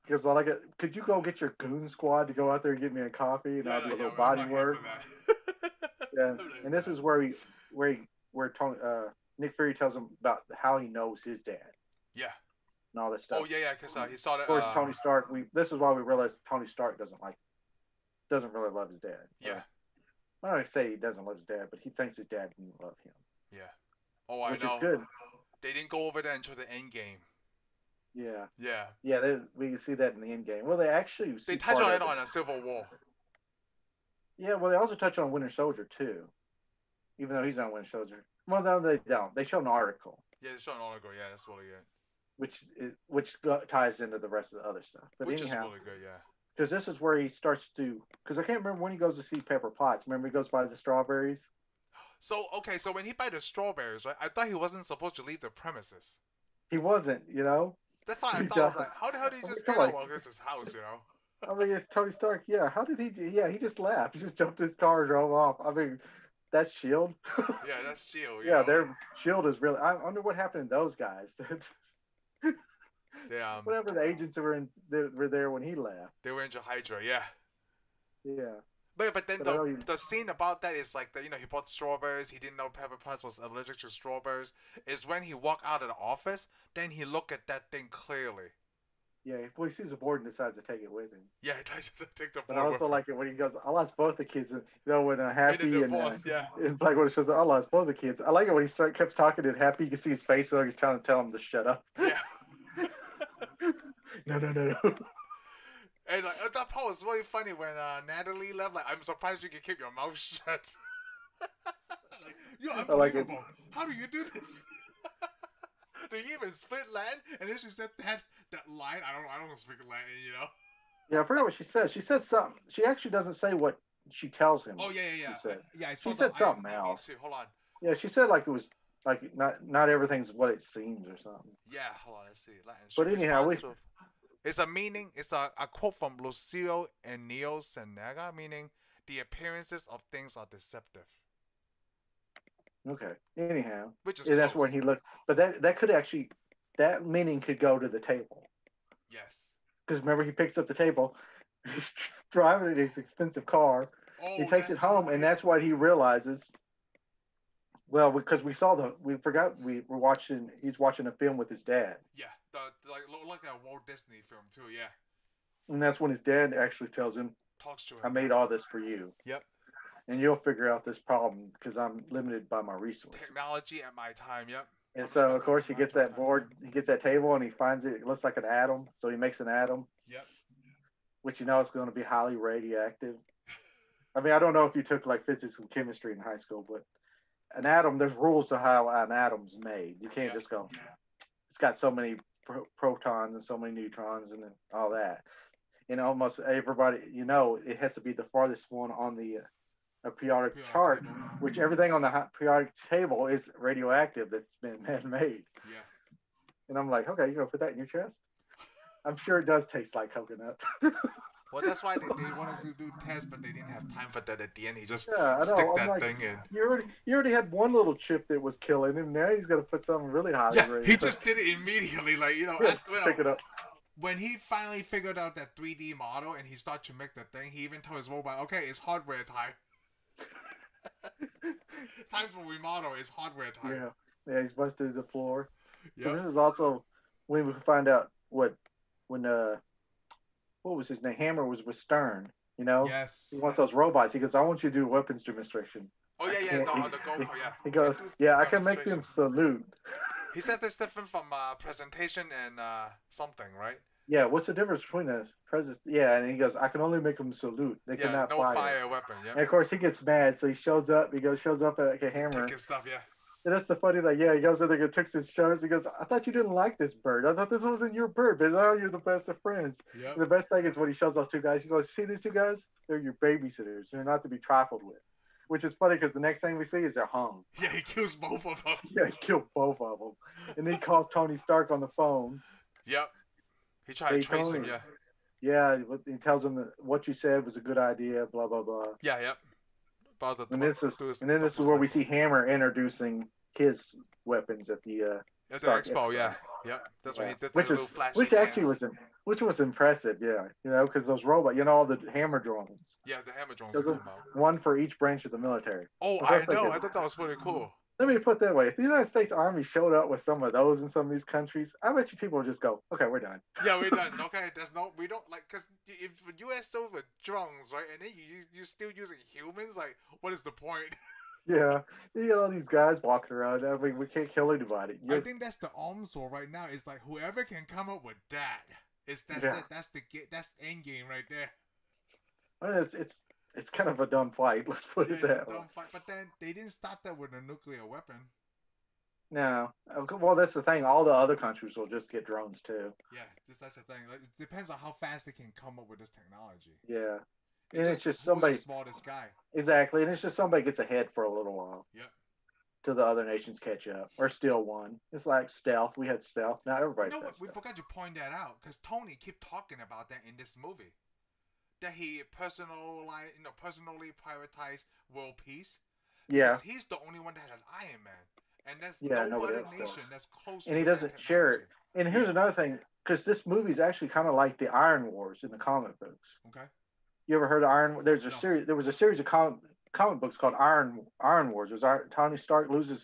Because I like it. Could you go get your goon squad to go out there and get me a coffee and Yeah, I'll do a yeah, little I'm not body here for work? that. Yeah. I'm not And this here is for where he, where he, where Tony, uh, Nick Fury tells him about how he knows his dad that. Yeah. and all this stuff. Oh yeah, yeah. Cause uh, he started. Of course, uh, Tony Stark. We this is why we realize Tony Stark doesn't like, doesn't really love his dad. Yeah. Or, I don't say he doesn't love his dad, but he thinks his dad didn't love him, Yeah. Oh, I which know. is good. They didn't go over that until the end game. Yeah, Yeah. yeah. They, we can see that in the end game. Well, they actually They see touch part on of it on a Civil War. Yeah, well, they also touch on Winter Soldier too, even though he's not Winter Soldier. Well, no, they don't. They show an article, Yeah, it's on Argo. Yeah, that's really good. which is, which go- ties into the rest of the other stuff. But Which anyhow, is really good. Yeah. because this is where he starts to, because I can't remember when he goes to see Pepper Potts. Remember, he goes by the strawberries. So okay, so when he buy the strawberries, right? I thought he wasn't supposed to leave the premises. He wasn't, you know. That's why I He thought I was doesn't. like, how the hell did he Oh, just come get out? on. Well, this is house, you know. I mean, it's Tony Stark. Yeah, how did he? do- Yeah, he just left. He just jumped his car, and drove off. I mean, that Shield. Oh, Yeah, that's Shield. you yeah, know? their Shield is really. I wonder what happened to those guys. They, um, Whatever the agents were in, that were there when he left. they were into Hydra. Yeah. Yeah. But, but then But I the, don't even- the scene about that is like the, you know he bought strawberries he didn't know Pepper Potts was allergic to strawberries is when he walked out of the office then he looked at that thing clearly Yeah, well, he sees a board and decides to take it with him. yeah he tries to take the But board I with also him. like it when he goes, I lost both the kids. You know, when uh, In the Happy and, uh, divorce, yeah and Black Widow shows up, I lost both the kids. I like it when he start, kept talking to Happy. You can see his face, like he's trying to tell him to shut up. yeah no, no, no, no. and like at that part was really funny when uh, Natalie left like I'm surprised you can keep your mouth shut like you're I like it. unbelievable how do you do this did you even split Latin and then she said that that line I don't I don't speak Latin you know Yeah, I forgot what she says. She says something. She actually doesn't say what she tells him. Oh yeah, yeah, She yeah. said. Yeah, I saw said the something IMDb else. Too. Hold on. Yeah, she said like it was like not not everything's what it seems or something. Yeah, hold on. Let's see. Latin. But should anyhow, we- responsive. it's a meaning. It's a, a quote from Lucio and Neo Senaga, meaning the appearances of things are deceptive, Okay. Anyhow, which is yeah, that's close. when he looked. But that that could actually that meaning could go to the table Yes. because remember he picks up the table, he's driving in his expensive car. Oh, he takes it that's home, right. and that's what he realizes. Well, because we saw the we forgot we were watching. He's watching a film with his dad, yeah. The, the- like look, look at Walt Disney film too. Yeah, and that's when his dad actually tells him, talks to him. "I made all this for you." Yep. And you'll figure out this problem because I'm limited by my resources. technology at my time. Yep. And I'm so, not- of course, he I'm not gets that talking board, about- he gets that table, and he finds it. It looks like an atom, so he makes an atom, Yep. which you know is going to be highly radioactive. I mean, I don't know if you took like physics and chemistry in high school, but an atom, there's rules to how an atom's made. You can't Yeah. just go. It's got so many pro- protons and so many neutrons and all that. And almost everybody, you know, it has to be the farthest one on the uh, periodic Periodic chart, table. which everything on the hi- periodic table is radioactive that's been man-made. Yeah. And I'm like, okay, you're gonna put that in your chest? I'm sure it does taste like coconut. Well, that's why they, they wanted to do tests, but they didn't have time for that at the end. He just yeah, I stick know. I'm that like, thing in. you already, you already had one little chip that was killing him. Now he's gonna put something really high. Yeah, in range. he just did it immediately. Like you know, Yeah, at- you know, pick it up. when he finally figured out that 3D model and he started to make the thing, he even told his robot, "Okay, it's hardware time. time for remodel. It's hardware time." Yeah, yeah, he's busted the floor. So Yep. this is also when we find out what when uh what was his name? Hammer was with Stern. You know, Yes. he wants those robots. He goes, I want you to do weapons demonstration. Oh yeah, yeah. Yeah, No, he- on the GoPro, yeah. He goes, Yeah, I can make them salute. He said this different from uh, presentation and uh, something, right? Yeah, what's the difference between us? President? Yeah, and he goes, I can only make them salute. They yeah, cannot no fire. weapon. And Yeah. of course, he gets mad, so he shows up. He goes, shows up like a hammer. Take his stuff. Yeah. And that's the funny thing. Yeah, he goes in there and takes his shows. He goes, I thought you didn't like this bird. I thought this wasn't your bird, but now you're the best of friends. Yep. And the best thing is when he shows those two guys, he goes, See these two guys? They're your babysitters. They're not to be trifled with. Which is funny because the next thing we see is they're hung. Yeah, he kills both of them. Yeah, he killed both of them. And then he calls Tony Stark on the phone. Yep. He tried Hey, to trace him. Tony. Yeah. Yeah, he tells him that what you said was a good idea, blah, blah, blah. Yeah. Yep. About the And this is, and then this is where we see Hammer introducing his weapons at the uh, at the Stark expo. Expo. Yeah. Yep. That's when Yeah. he did the Which is- little flash. Which actually was im- which was impressive, yeah. You know, because those robot, you know, all the hammer drawings, Yeah, the hammer drones Those came are- out. one for each branch of the military. Oh, that's I like know. a- I thought that was pretty cool. Let me put it that way: if the United States Army showed up with some of those in some of these countries, I bet you people would just go, "Okay, we're done." Yeah, we're done. Okay, there's no. We don't like because if U.S. over drones, right, and then you you you're still using humans, like what is the point? Yeah, you get all these guys walking around. I mean, we can't kill anybody. I You're- think that's the arms war right now. Is like whoever can come up with that is that's Yeah. it. That's the get. That's the end game right there. I mean, it's it's it's kind of a dumb fight. Let's put Yeah, it it's a that way. dumb fight, But then they didn't stop that with a nuclear weapon. No, Okay, well, that's the thing. All the other countries will just get drones too. Yeah, this, that's the thing. Like, it depends on how fast they can come up with this technology. Yeah, And it's just who's somebody- the smartest guy. exactly. And it's just somebody gets ahead for a little while. Yep. till the other nations catch up or steal one. It's like stealth. We had stealth. Now You everybody's know got what? We stealth. forgot to point that out because Tony kept talking about that in this movie. That he personal, like, you know, personally prioritized world peace. Yeah, because He's the only one that had Iron Man, and that's Yeah, no nobody other else does. nation that's close. And he with that doesn't share technology. it. and here's another thing, because this movie is actually kind of like the Iron Wars in the comic books. Okay. You ever heard of Iron? There's a No. series. There was a series of comic comic books called Iron Iron Wars. There's Iron, Tony Stark loses.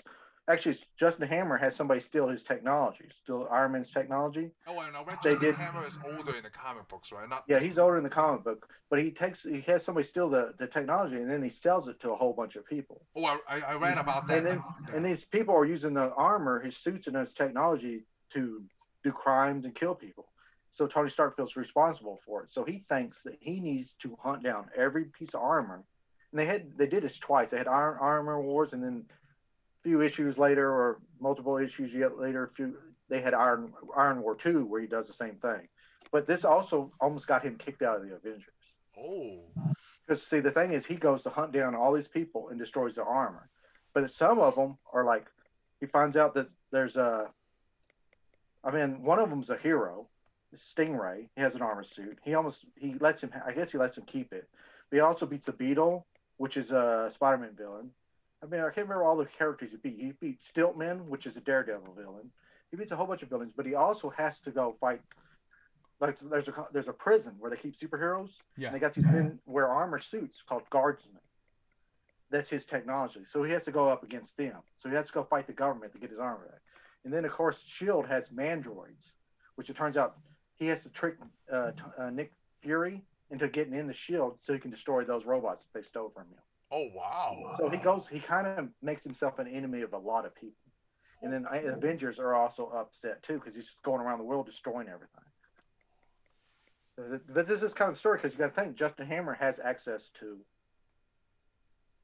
Actually, it's Justin Hammer has somebody steal his technology, steal Iron Man's technology. Oh, and now They Reginald did- Hammer is older in the comic books, right? Not Yeah, this he's one. older in the comic book, but he takes he has somebody steal the, the technology, and then he sells it to a whole bunch of people. Oh, I, I, I read about that. And then- Yeah. And these people are using the armor, his suits, and his technology to do crimes and kill people. So Tony Stark feels responsible for it. So he thinks that he needs to hunt down every piece of armor. And they had they did this twice. They had Iron Armor Wars, and then a few issues later, or multiple issues yet later, a few they had Iron Iron War Two, where he does the same thing. But this also almost got him kicked out of the Avengers. oh, Because see, the thing is, he goes to hunt down all these people and destroys their armor. But some of them are like, he finds out that there's a. I mean, one of them's a hero, Stingray. He has an armor suit. He almost he lets him. I guess he lets him keep it. But he also beats a beetle, which is a Spider-Man villain. I mean, I can't remember all the characters he beat. He beat Stiltman, which is a Daredevil villain. He beats a whole bunch of villains, but he also has to go fight. Like there's a there's a prison where they keep superheroes, Yeah. and they got these men wear armor suits called guardsmen. That's his technology. So he has to go up against them. So he has to go fight the government to get his armor back. And then of course Shield E has mandroids, which it turns out he has to trick uh, t- uh, Nick Fury into getting in the Shield E so he can destroy those robots that they stole from him. Oh wow. So he goes. He kind of makes himself an enemy of a lot of people. And then I- Avengers are also upset too because he's just going around the world destroying everything. So th- But this is kind of story because you got to think Justin Hammer has access to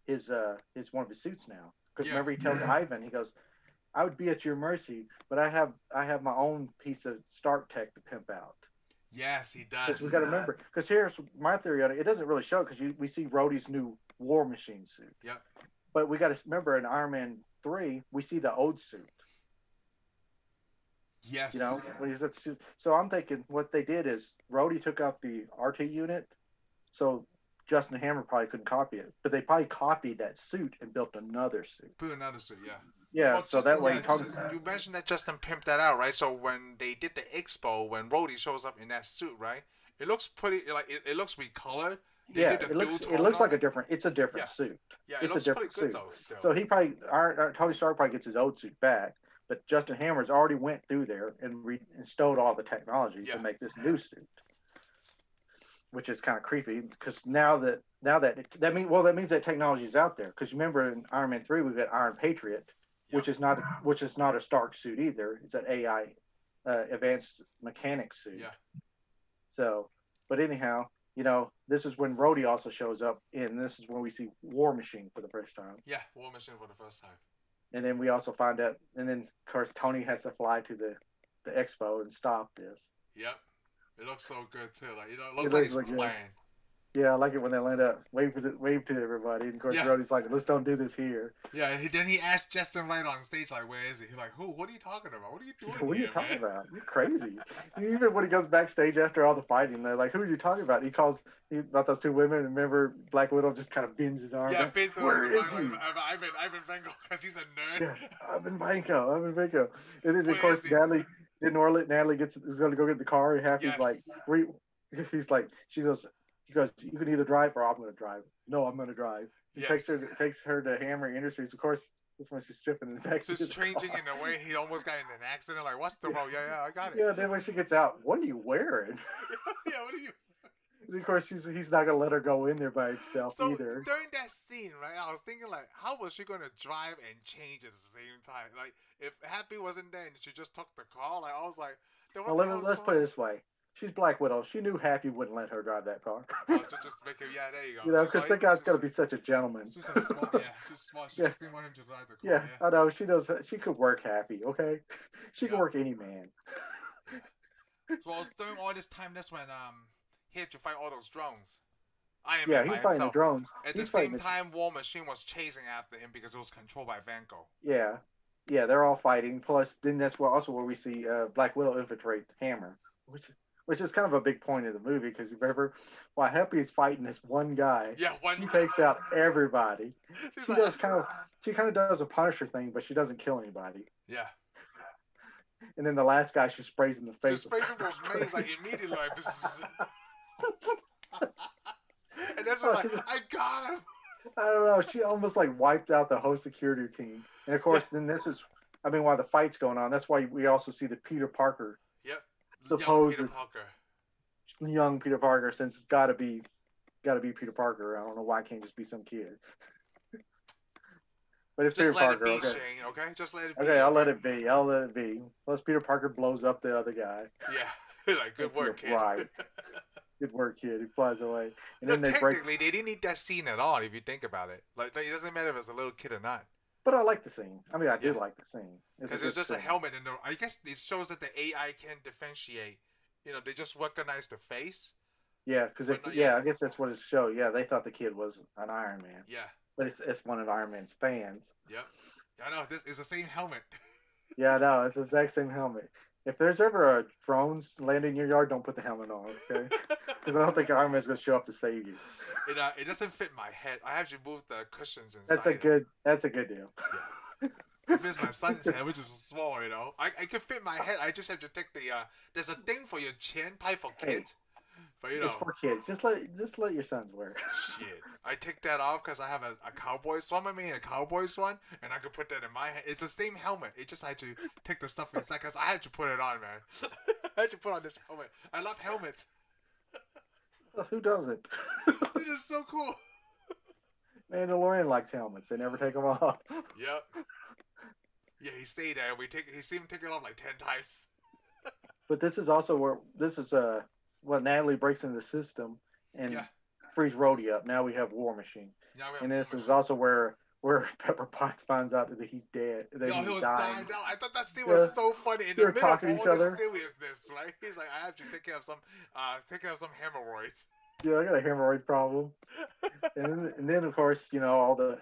his uh his one of his suits now. Because Yeah. remember he tells Ivan he goes, "I would be at your mercy, but I have I have my own piece of Stark tech to pimp out." Yes, he does. Because we got to remember, because here's my theory on it. It doesn't really show because we see Rhodey's new War Machine suit. Yep. But we got to remember in Iron Man three, we see the old suit. Yes. You know, When he's at the suit- so I'm thinking what they did is Rhodey took out the RT unit, so Justin Hammer probably couldn't copy it, but they probably copied that suit and built another suit. Put another suit, yeah. Yeah. Well, so Justin- that way, yeah, you talk- since you mentioned that Justin pimped that out, right? So when they did the expo, when Rhodey shows up in that suit, right? It looks pretty, like it, it looks recolored. They yeah, did the it looks build it on looks like it. a different. It's a different suit. Yeah, It's it a looks pretty different good suit. though. Still. So he probably, our, our Tony Stark probably gets his old suit back, but Justin Hammer's already went through there and, re- and stowed all the technology Yeah. to make this new suit, which is kind of creepy because now that now that that mean well that means that technology is out there because remember in Iron Man three we got Iron Patriot, which is not which is not a Stark suit either. It's an AI, uh, advanced mechanic suit. Yeah. So, but anyhow. You know, this is when Rhodey also shows up, and this is when we see War Machine for the first time. yeah, War Machine for the first time. And then we also find out, and then of course Tony has to fly to the, the expo and stop this. Yep, it looks so good too. Like you know, it It looks like looks it's like, yeah. planned. Yeah, I like it when they land up, wave to, the, wave to everybody. And of course, Yeah. Rhodey's like, let's don't do this here. Yeah, he, then he asked Justin right on stage, like, "Where is he?" He's like, "Who? What are you talking about? What are you doing what are here, you talking man?" about? You're crazy. Even when he goes backstage after all the fighting, they're like, who are you talking about? He calls he, about those two women, and remember Black Widow just kind of bends his arm. Yeah, like, based on Where Ivan is he? Ivan Ivan Vengo because he's a nerd. yeah, I'm in Banco. I'm in Banco. And then Where of course is he? Natalie, then Orlet, Natalie gets is going to go get the car. And Happy's Yes. like, where you, he's like, she goes, he goes, you can either drive or I'm going to drive. No, I'm going to drive. He takes her Yes. takes her to Hammer Industries. Of course, this one she's stripping in the back. So of it's the changing car. in a way he almost got in an accident. Like, what's the Yeah. role? Yeah, yeah, I got it. Yeah, then when she gets out, what are you wearing? yeah, what are you? And of course, he's, he's not going to let her go in there by herself So either. during that scene, right, I was thinking like, how was she gonna drive and change at the same time? Like, if Happy wasn't there and she just took the call, like I was like, then what Well, the let me, hell's let's put going it this way. She's Black Widow. She knew Happy wouldn't let her drive that car. on? Oh, just, just make it, yeah, there you go. you know, She's because like- that guy's she's- got to be such a gentleman. She's just smart. Yeah, she's smart. She Yeah. just didn't want him to drive the car. Yeah, Yeah, I know. She knows. She could work happy. Okay, she Yeah. can work any man. So I was during all this time. That's when um he had to fight all those drones. I am by yeah, he's fighting himself. the drones. At he's the fighting same the- time, War Machine was chasing after him because it was controlled by Vanko. Yeah, yeah, they're all fighting. Plus, then that's where also where we see uh, Black Widow infiltrate Hammer, which which is kind of a big point of the movie because you remember while Happy is fighting this one guy, Yeah, one. she takes out everybody. She's She like, does kind of she kind of does a Punisher thing, but she doesn't kill anybody. yeah. And then the last guy she sprays in the So face. with sprays him with maze like immediately, like, "Bzzz." and that's when Oh, like she was- I got him. I don't know. She almost like wiped out the whole security team. And of course, then this is, I mean, while the fight's going on, that's why we also see the Peter Parker, Yep. Young Supposed Peter it's- Parker. young Peter Parker, since it's got to be, got to be Peter Parker. I don't know why it can't just be some kid. but it's Just Peter let Parker. it be, okay. Shane. Okay, just let it be. Okay, I'll let it be. I'll let it be. Plus, Peter Parker blows up the other guy. Yeah. like good work, kid. Right. Good work, kid. He flies away, and No, then they break. technically, they didn't need that scene at all. If you think about it, like it doesn't matter if it's a little kid or not, But I like the scene. I mean, I did Yeah. like the scene. It's a because good it's just a scene. helmet. And the, I guess it shows that the AI can differentiate. You know, they just recognize the face, Yeah, because But not yet. yeah, I guess that's what his show. Yeah, they thought the kid was an Iron Man, Yeah. but it's it's one of Iron Man's fans. Yep. I know. This is the same helmet. Yeah, no, it's the exact same helmet. If there's ever a drones land in your yard, don't put the helmet on, okay? Because I don't think Iron Man's gonna show up to save you. it uh, it doesn't fit my head. I have to move the cushions inside. That's a it. good. That's a good deal. It fits my son's head, which is small, you know. I, I can fit my head. I just have to take the uh. There's a thing for your chin, pie for Hey. kids. But you It's know, for kids. Just let just let your sons wear. it. shit. I take that off because I have a, a Cowboys one. I mean, a Cowboys one, and I could put that in my head. It's the same helmet. It just I had to take the stuff inside because I had to put it on, man. I had to put on this helmet. I love helmets. Well, Who doesn't? It is so cool. Mandalorian likes helmets. They never take them off. Yep. Yeah, he stayed there. We take. He seen him take it off like ten times. But this is also where this is uh when Natalie breaks into the system and Yeah. frees Rhodey up. Now we have War Machine, Now we have and this War is Machine. also where where Pepper Potts finds out that he's dead. That Yo, he's he was dying. dying. out. I thought that scene Yeah. was so funny in They the were middle of talking to all each the other. seriousness, right? He's like, I have to take care of some, uh, take care of some hemorrhoids. Yeah, I got a hemorrhoid problem. and, then, and then of course you know all the.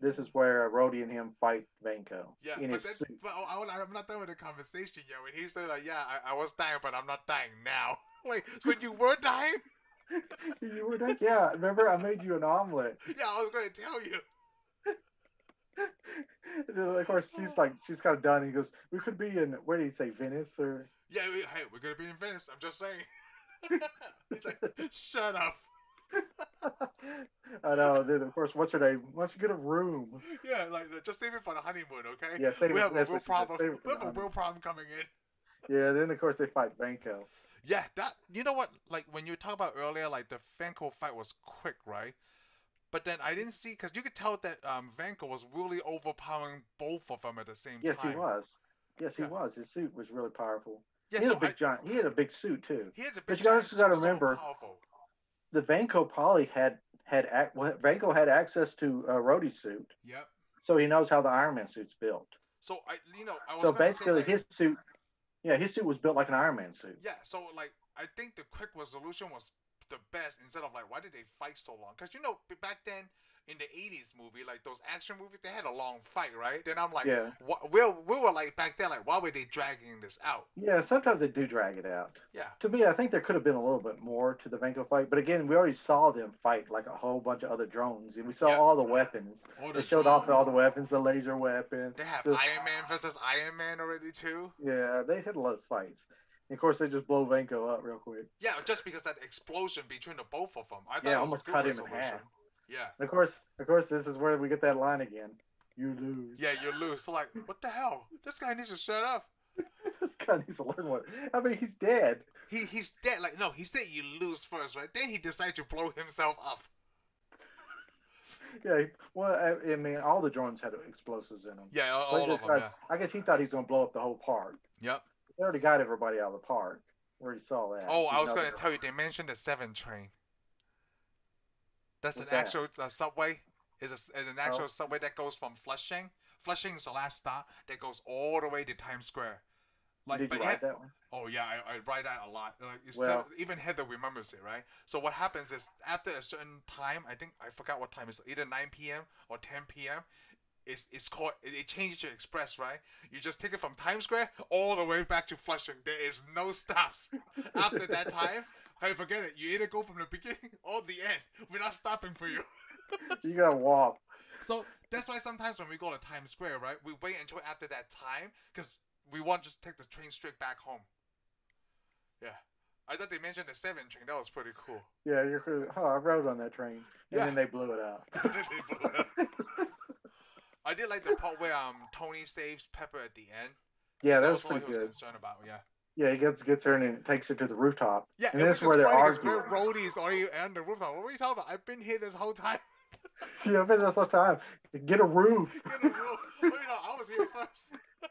This is where Rhodey and him fight Vanko. Yeah, in but his then, suit. but I, I, I'm not done with the conversation yet. When he said, like, yeah, I, I was dying, but I'm not dying now. Wait, so you were dying? you were like, yeah, remember I made you an omelet. Yeah, I was gonna tell you. And then, of course, she's like, she's kind of done. He goes, we could be in, where did he say, Venice or? Yeah, we, hey, we're gonna be in Venice. I'm just saying. He's like, shut up. I know. Then of course, what's her name? Why don't you get a room? Yeah, like just save it for the honeymoon, okay? Yeah, save we it- have a that's real what she said, save problem. it for We the have a real honeymoon. problem coming in. Yeah. Then of course they fight Banco. Yeah, that you know what? Like when you talk about earlier, like the Vanko fight was quick, right? But then I didn't see because you could tell that um Vanko was really overpowering both of them at the same Yes, time. he was. Yes, he Yeah. was. His suit was really powerful. Yeah, he had so a big I, giant. He had a big suit too. he has a big but you guys giant gotta sword, so remember- powerful. The Vanco Polly had had ac- well, Vanco had access to uh, Rhodey's suit, Yep. so he knows how the Iron Man suit's built. So I, you know, I was So gonna say, basically, like, his suit, yeah, his suit was built like an Iron Man suit. yeah. So like, I think the quick resolution was the best instead of like, why did they fight so long? Because you know, b- back then in the '80s movie, like those action movies, they had a long fight, right? Then I'm like, yeah, wha- we we were like back then, like, why were they dragging this out? yeah. Sometimes they do drag it out. Yeah. To me, I think there could have been a little bit more to the Vanko fight, but again, we already saw them fight like a whole bunch of other drones, and we saw Yeah. all the weapons. All They the showed off drones. all the weapons, the laser weapon. They have the- Iron Man versus Iron Man already too. yeah, they had a lot of fights. And of course, they just blow Vanko up real quick. Yeah, just because that explosion between the both of them, I thought Yeah, it was almost a good cut him in resolution. half. Yeah, And of course, of course, this is where we get that line again. You lose. yeah, you lose. So like, what the hell? This guy needs to shut up. this guy needs to learn what. I mean, he's dead. He he's dead. Like no, he said you lose first, right? Then he decided to blow himself up. Yeah. Well, I, I mean, all the drones had explosives in them. Yeah, all, But all he of just them. Yeah. thought- I guess he thought he was gonna blow up the whole park. Yep. They already got everybody out of the park. Where he saw that. Oh, I He was knows gonna it. tell you. They mentioned the Seven Train. That's What's an that? Oh. actual uh, subway. Is a s an actual subway that goes from Flushing. Flushing is the last stop that goes all the way to Times Square. Like, Did but you it had- write that one? Oh yeah, I, I write that a lot. Like, it's Well- still- even Heather remembers it, right? So what happens is after a certain time, I think I forgot what time it's either 9 p.m. or 10 p.m. It's it's called it, it changes to express, right? You just take it from Times Square all the way back to Flushing. There is no stops after that time. Hey, forget it. You either go from the beginning or the end. We're not stopping for you. You gotta walk. So that's why sometimes when we go to Times Square, right, we wait until after that time because we want to just take the train straight back home. Yeah, I thought they mentioned the seven train. That was pretty cool. Yeah, you're. cr- Oh, I rode on that train, and Yeah. then they blew it up. They blew it up. I did like the part where um Tony saves Pepper at the end. yeah, that that was all pretty he was good. concerned about. Yeah. Yeah, he gets gets her in and takes her to the rooftop. Yeah, And it was that's where just they're funny 'cause arguing. we're roadies on you on the rooftop. What are you talking about? I've been here this whole time. Yeah, I've been there the time. Get a roof. Get a room. What do you know? I was here first. and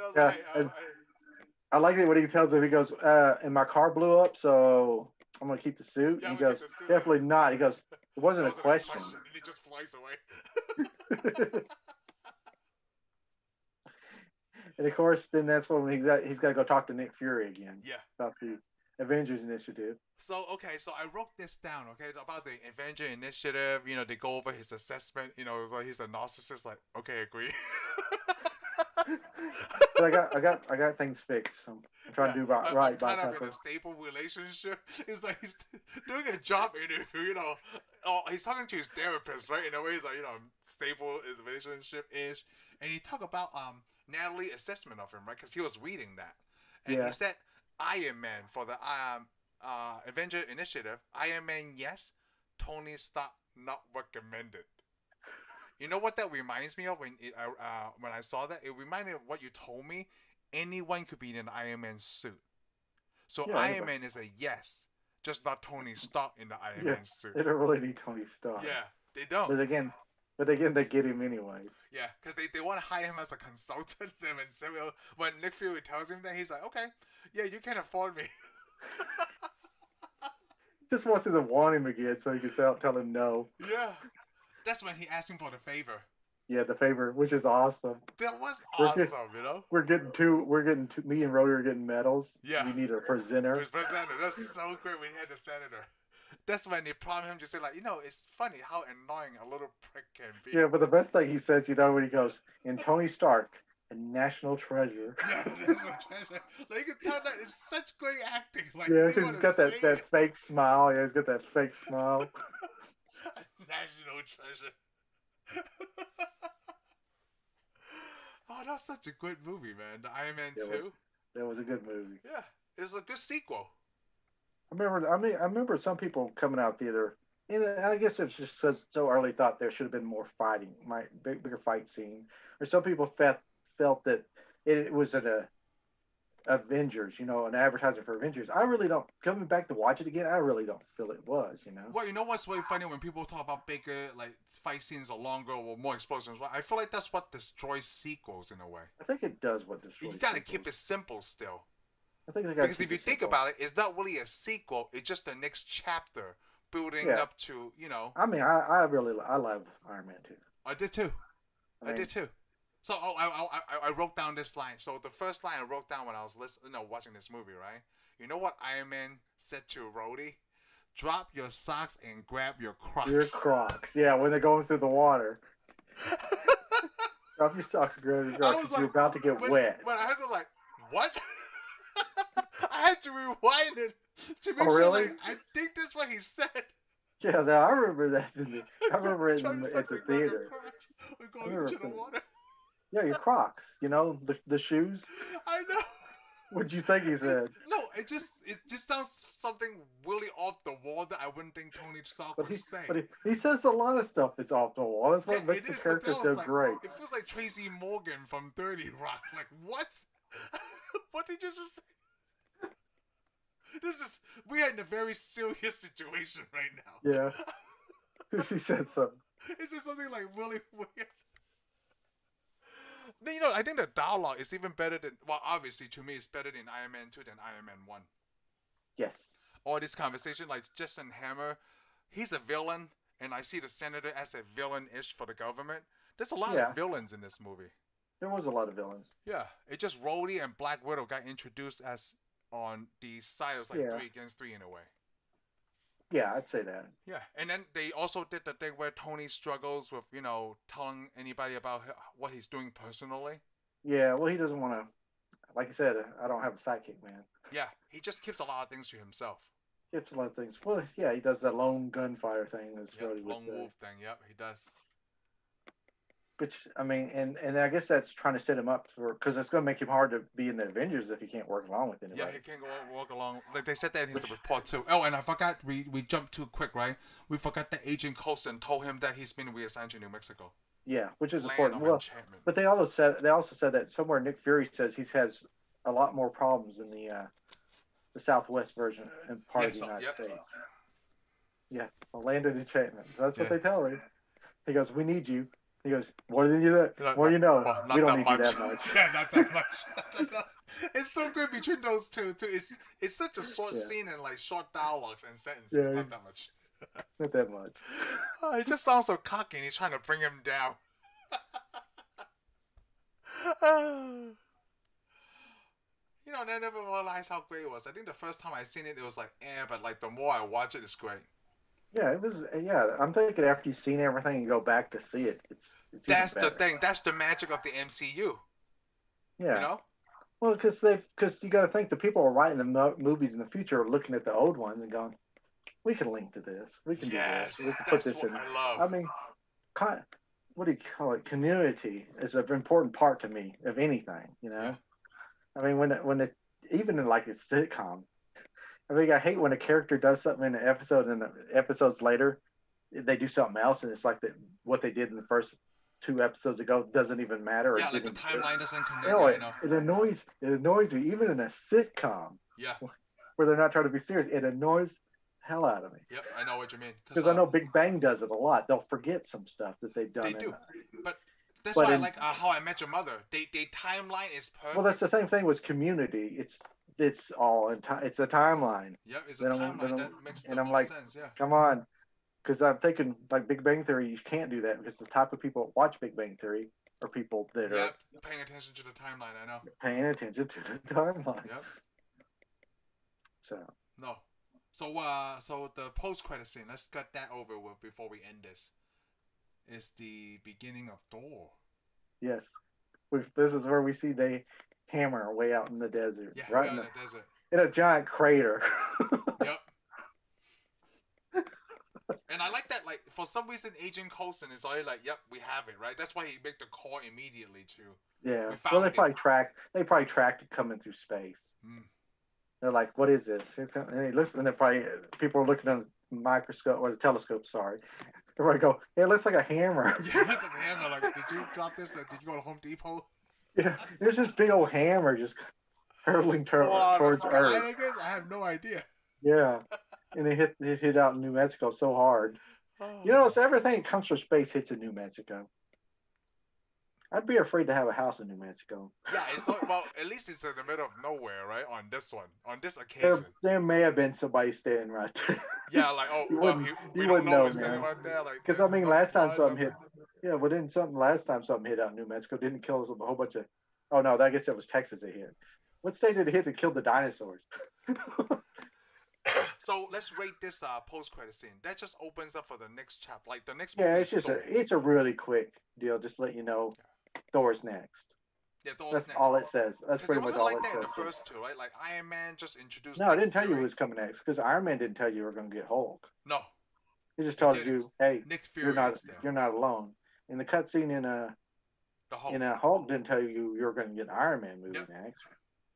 I was Yeah, like, uh, I- and- I- I like it when he tells her. He goes, uh, "And my car blew up, so I'm gonna keep the suit." Yeah, he I'm gonna goes, keep the suit. "Definitely not." He goes, "It wasn't, That a wasn't question." and he just flies away. and of course, then that's when he's got he's got to go talk to Nick Fury again Yeah, about the Avengers Initiative. So okay, so I wrote this down. Okay, about the Avenger Initiative. You know, they go over his assessment. You know, like he's a narcissist. Like, okay, agree. But I got, I got, I got things fixed. I'm trying to do Yeah, right, I'm- right I'm by kind of in Pepper. a stable relationship. It's like he's doing a job interview. You know, oh, he's talking to his therapist, right? In a way, he's like, you know, I'm stable in the relationship ish. And he talked about um Natalie's assessment of him, right? Because he was reading that, and Yeah. he said Iron Man for the um uh Avenger Initiative. Iron Man, yes. Tony Stark, not recommended. You know what that reminds me of when it, I- uh, when I saw that? It reminded me of what you told me. Anyone could be in an Iron Man suit. So Yeah, Iron anybody. Man is a yes, just not Tony Stark in the Iron Yeah, Man suit. They don't really need Tony Stark. Yeah, they don't. But again, but again, they get him anyway. Yeah, because they, they want to hire him as a consultant. Them and Samuel, when Nick Fury tells him that, he's like, okay, yeah, you can afford me. Just wants him to want him again, so he can tell, tell him no. yeah, that's when he asked him for the favor. Yeah, the favor, which is awesome. That was We're good. awesome, you know. We're getting two. We're getting two. Me and Rody are getting medals. Yeah. We need a presenter. His presenter. That's so great when he had the senator. That's when they prompted him to say, like, you know, it's funny how annoying a little prick can be. Yeah, but the best thing he says, you know, when he goes, and Tony Stark, a national treasure. Yeah, that's what I'm trying to- like you can tell that it's such great acting. Like Yeah, they because want he's to got that, say that fake smile. Yeah, he's got that fake smile. it. national treasure. oh, that's such a good movie, man. The Iron Man Yeah, it was- Two. That was a good movie. Yeah, it's a good sequel. I remember. I mean, I remember some people coming out theater, and I guess it's just so, so early thought there should have been more fighting, my big, bigger fight scene. Or some people felt felt that it, was an uh, Avengers, you know, an advertisement for Avengers. I really don't. Coming back to watch it again, I really don't feel it was, you know. Well, you know what's really funny when people talk about bigger, like fight scenes are longer or more explosions. Well, I feel like that's what destroys sequels in a way. I think it does what destroys. You gotta people. keep it simple still. I think they gotta Because keep if you it think simple. about it, it's not really a sequel. It's just the next chapter building Yeah. up to, you know. I mean, I, I really I love Iron Man too. I did too. I, I mean, did too. So oh, I, I I I wrote down this line. So the first line I wrote down when I was listening, you know, watching this movie, right? You know what Iron Man said to Rhodey? Drop your socks and grab your Crocs. Your Crocs, yeah, when they're going through the water. Drop your socks, grab your Crocs. was 'cause you're like, about to get But, wet. but I had to like, what? I had to rewind it to make Oh, sure. really? Like, I think that's what he said. Yeah, no, I remember that. In the, I remember it Drop in, your the- at socks the and grab your theater. Crocs. We're I going remember into the seeing it. water. Yeah, your Crocs. You know the the shoes. I know. What'd you think he said? No, it just it just sounds something really off the wall that I wouldn't think Tony Stark But would he say. but he, he says a lot of stuff that's off the wall. That's what Yeah, it makes the is, but character that was so like- great. It feels like Tracy Morgan from Thirty Rock. Like what? what did you just say? This is we are in a very serious situation right now. Yeah. he said something. Is this something like really weird? Then, You know, I think the dialogue is even better than well, obviously to me it's better than Iron Man two than Iron Man one. Yes. all this conversation, like Justin Hammer, he's a villain, and I see the senator as a villain-ish for the government. There's a lot Yeah. of villains in this movie. There was a lot of villains. Yeah, it just Rhodey and Black Widow got introduced as on the side. It was like Yeah. three against three in a way. Yeah, I'd say that. Yeah, and then they also did the thing where Tony struggles with you know telling anybody about h- what he's doing personally. Yeah. Well, he doesn't want to. Like I said, I don't have a sidekick, man. Yeah, he just keeps a lot of things to himself. He has a lot of things. Well, yeah, he does that lone gunfire thing. That's Yeah, really lone wolf thing. Yep, he does. Which I mean, and and I guess that's trying to set him up for because it's going to make him hard to be in the Avengers if he can't work along with anybody. Yeah, he can't go walk along. Like they said that in his report too. Oh, and I forgot we we jumped too quick, right? We forgot that Agent Coulson told him that he's been reassigned to New Mexico. yeah, which is Land important. of Well, enchantment. but they also said they also said that somewhere Nick Fury says he has a lot more problems in the uh, the Southwest version and part Yeah, of the so- United yep. States. Yeah, the land of enchantment. So that's what Yeah. they tell him. He goes, "We need you." He goes, "What do you do? That? You're like, Well, you know, Well, we not don't that need much. you that much." yeah, not that much. it's so good between those two. Too. It's it's such a short Yeah. scene and like short dialogues and sentences. Yeah. Not that much. Not that much. Oh, it just sounds so cocky. and He's trying to bring him down. you you know, and I never realized how great it was. I think the first time I seen it, it was like, eh, but like the more I watch it, it's great. Yeah, it was. uh, Yeah, I'm thinking after you've seen everything, you go back to see it. It's, it's even That's the better. thing. That's the magic of the MCU. Yeah. You know? Well, because they because you got to think the people who are writing the mo- movies in the future are looking at the old ones and going, "We can link to this. We can Yes, do this. We can put that's this what in." I love. I mean, con- what do you call it? Community is an important part to me of anything. You know, I mean, when it, when it even in like a sitcom, I think I hate when a character does something in an episode and the episodes later they do something else and it's like that what they did in the first two episodes ago doesn't even matter. or yeah, like the didn't- timeline doesn't connect. no, you it, know? it annoys it annoys me even in a sitcom Yeah. where they're not trying to be serious. It annoys the hell out of me Yep. I know what you mean. because I um, know Big Bang does it a lot. They'll forget some stuff that they've done. They in- do. That's but why in- I like uh, How I Met Your Mother. They they timeline is perfect. Well, that's the same thing with Community. It's it's all in ti- it's a timeline. yep, it's a they don't- they timeline that don't- makes and no I'm like- sense. Yeah. Come on, because I'm thinking like Big Bang Theory. You can't do that because the type of people that watch Big Bang Theory are people that Yep, paying attention to the timeline. I know. are paying attention to the timeline. Yep. So No. So uh, so the post credit scene. Let's cut that over with before we end this. Is the beginning of Thor. yes, we this is where we see they hammer way out in the desert, Yeah, right we in are the in the desert. in a giant crater. Yep. and I like that. Like for some reason, Agent Coulson is already like, "Yep, we have it." Right. That's why he made the call immediately to. yeah. We Well, found they it. probably tracked. They probably tracked it coming through space. Mm. They're like, "What is this?" Here come- And they look, and they probably people are looking on the microscope or the telescope. Sorry. They probably go, "It looks like a hammer." Yeah, it's like hammer. Like, did you drop this? Like, did you go to Home Depot? yeah. There's this big old hammer just hurtling tor- Fall out of towards the sky, Earth. I guess? I have no idea. Yeah. And it hit it hit out in New Mexico so hard. You know, it's everything that comes from space hits in New Mexico. I'd be afraid to have a house in New Mexico. yeah, it's not well. At least it's in the middle of nowhere, right? On this one, on this occasion. There, there may have been somebody standing right there. Yeah, like oh, You well, wouldn't- he, we you wouldn't don't know know, it's standing man. right there. Like, Because I there's mean, no last time blood, something hit, nothing. yeah, well, didn't something last time something hit out in New Mexico didn't kill us with a whole bunch of? Oh no, I guess that was Texas it hit. What state did it hit that killed the dinosaurs? So let's rate this uh, post-credit scene. That just opens up for the next chapter. Like the next. yeah, movie it's is just a Thor. it's a really quick deal. Just to let you know, Thor's next. yeah, Thor's That's next. all it says. Because That's it pretty much wasn't all like it that in says. the first two, right? Like Iron Man just introduced. no, I Nick didn't tell you Fury. who was coming next because Iron Man didn't tell you you were going to get Hulk. No, He just told didn't. you, hey, Nick Fury you're not is there. you're not alone. In the cutscene in a the Hulk. in a Hulk didn't tell you you were going to get an Iron Man movie Yep. next.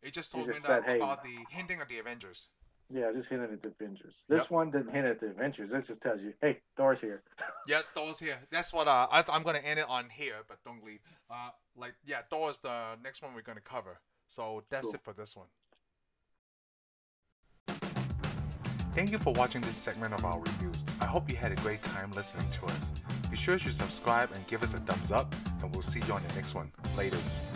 it just he told me just that said, hey. about the hinting of the Avengers. Yeah, just hinted at the Avengers. This Yep. one didn't hint at the Avengers. This just tells you, hey, Thor's here. Yeah, Thor's here. That's what uh, I I'm gonna end it on here, but don't leave. Uh, like yeah, Thor is the next one we're gonna cover. So that's Cool. it for this one. Thank you for watching this segment of our reviews. I hope you had a great time listening to us. Be sure to subscribe and give us a thumbs up, and we'll see you on the next one. Laters.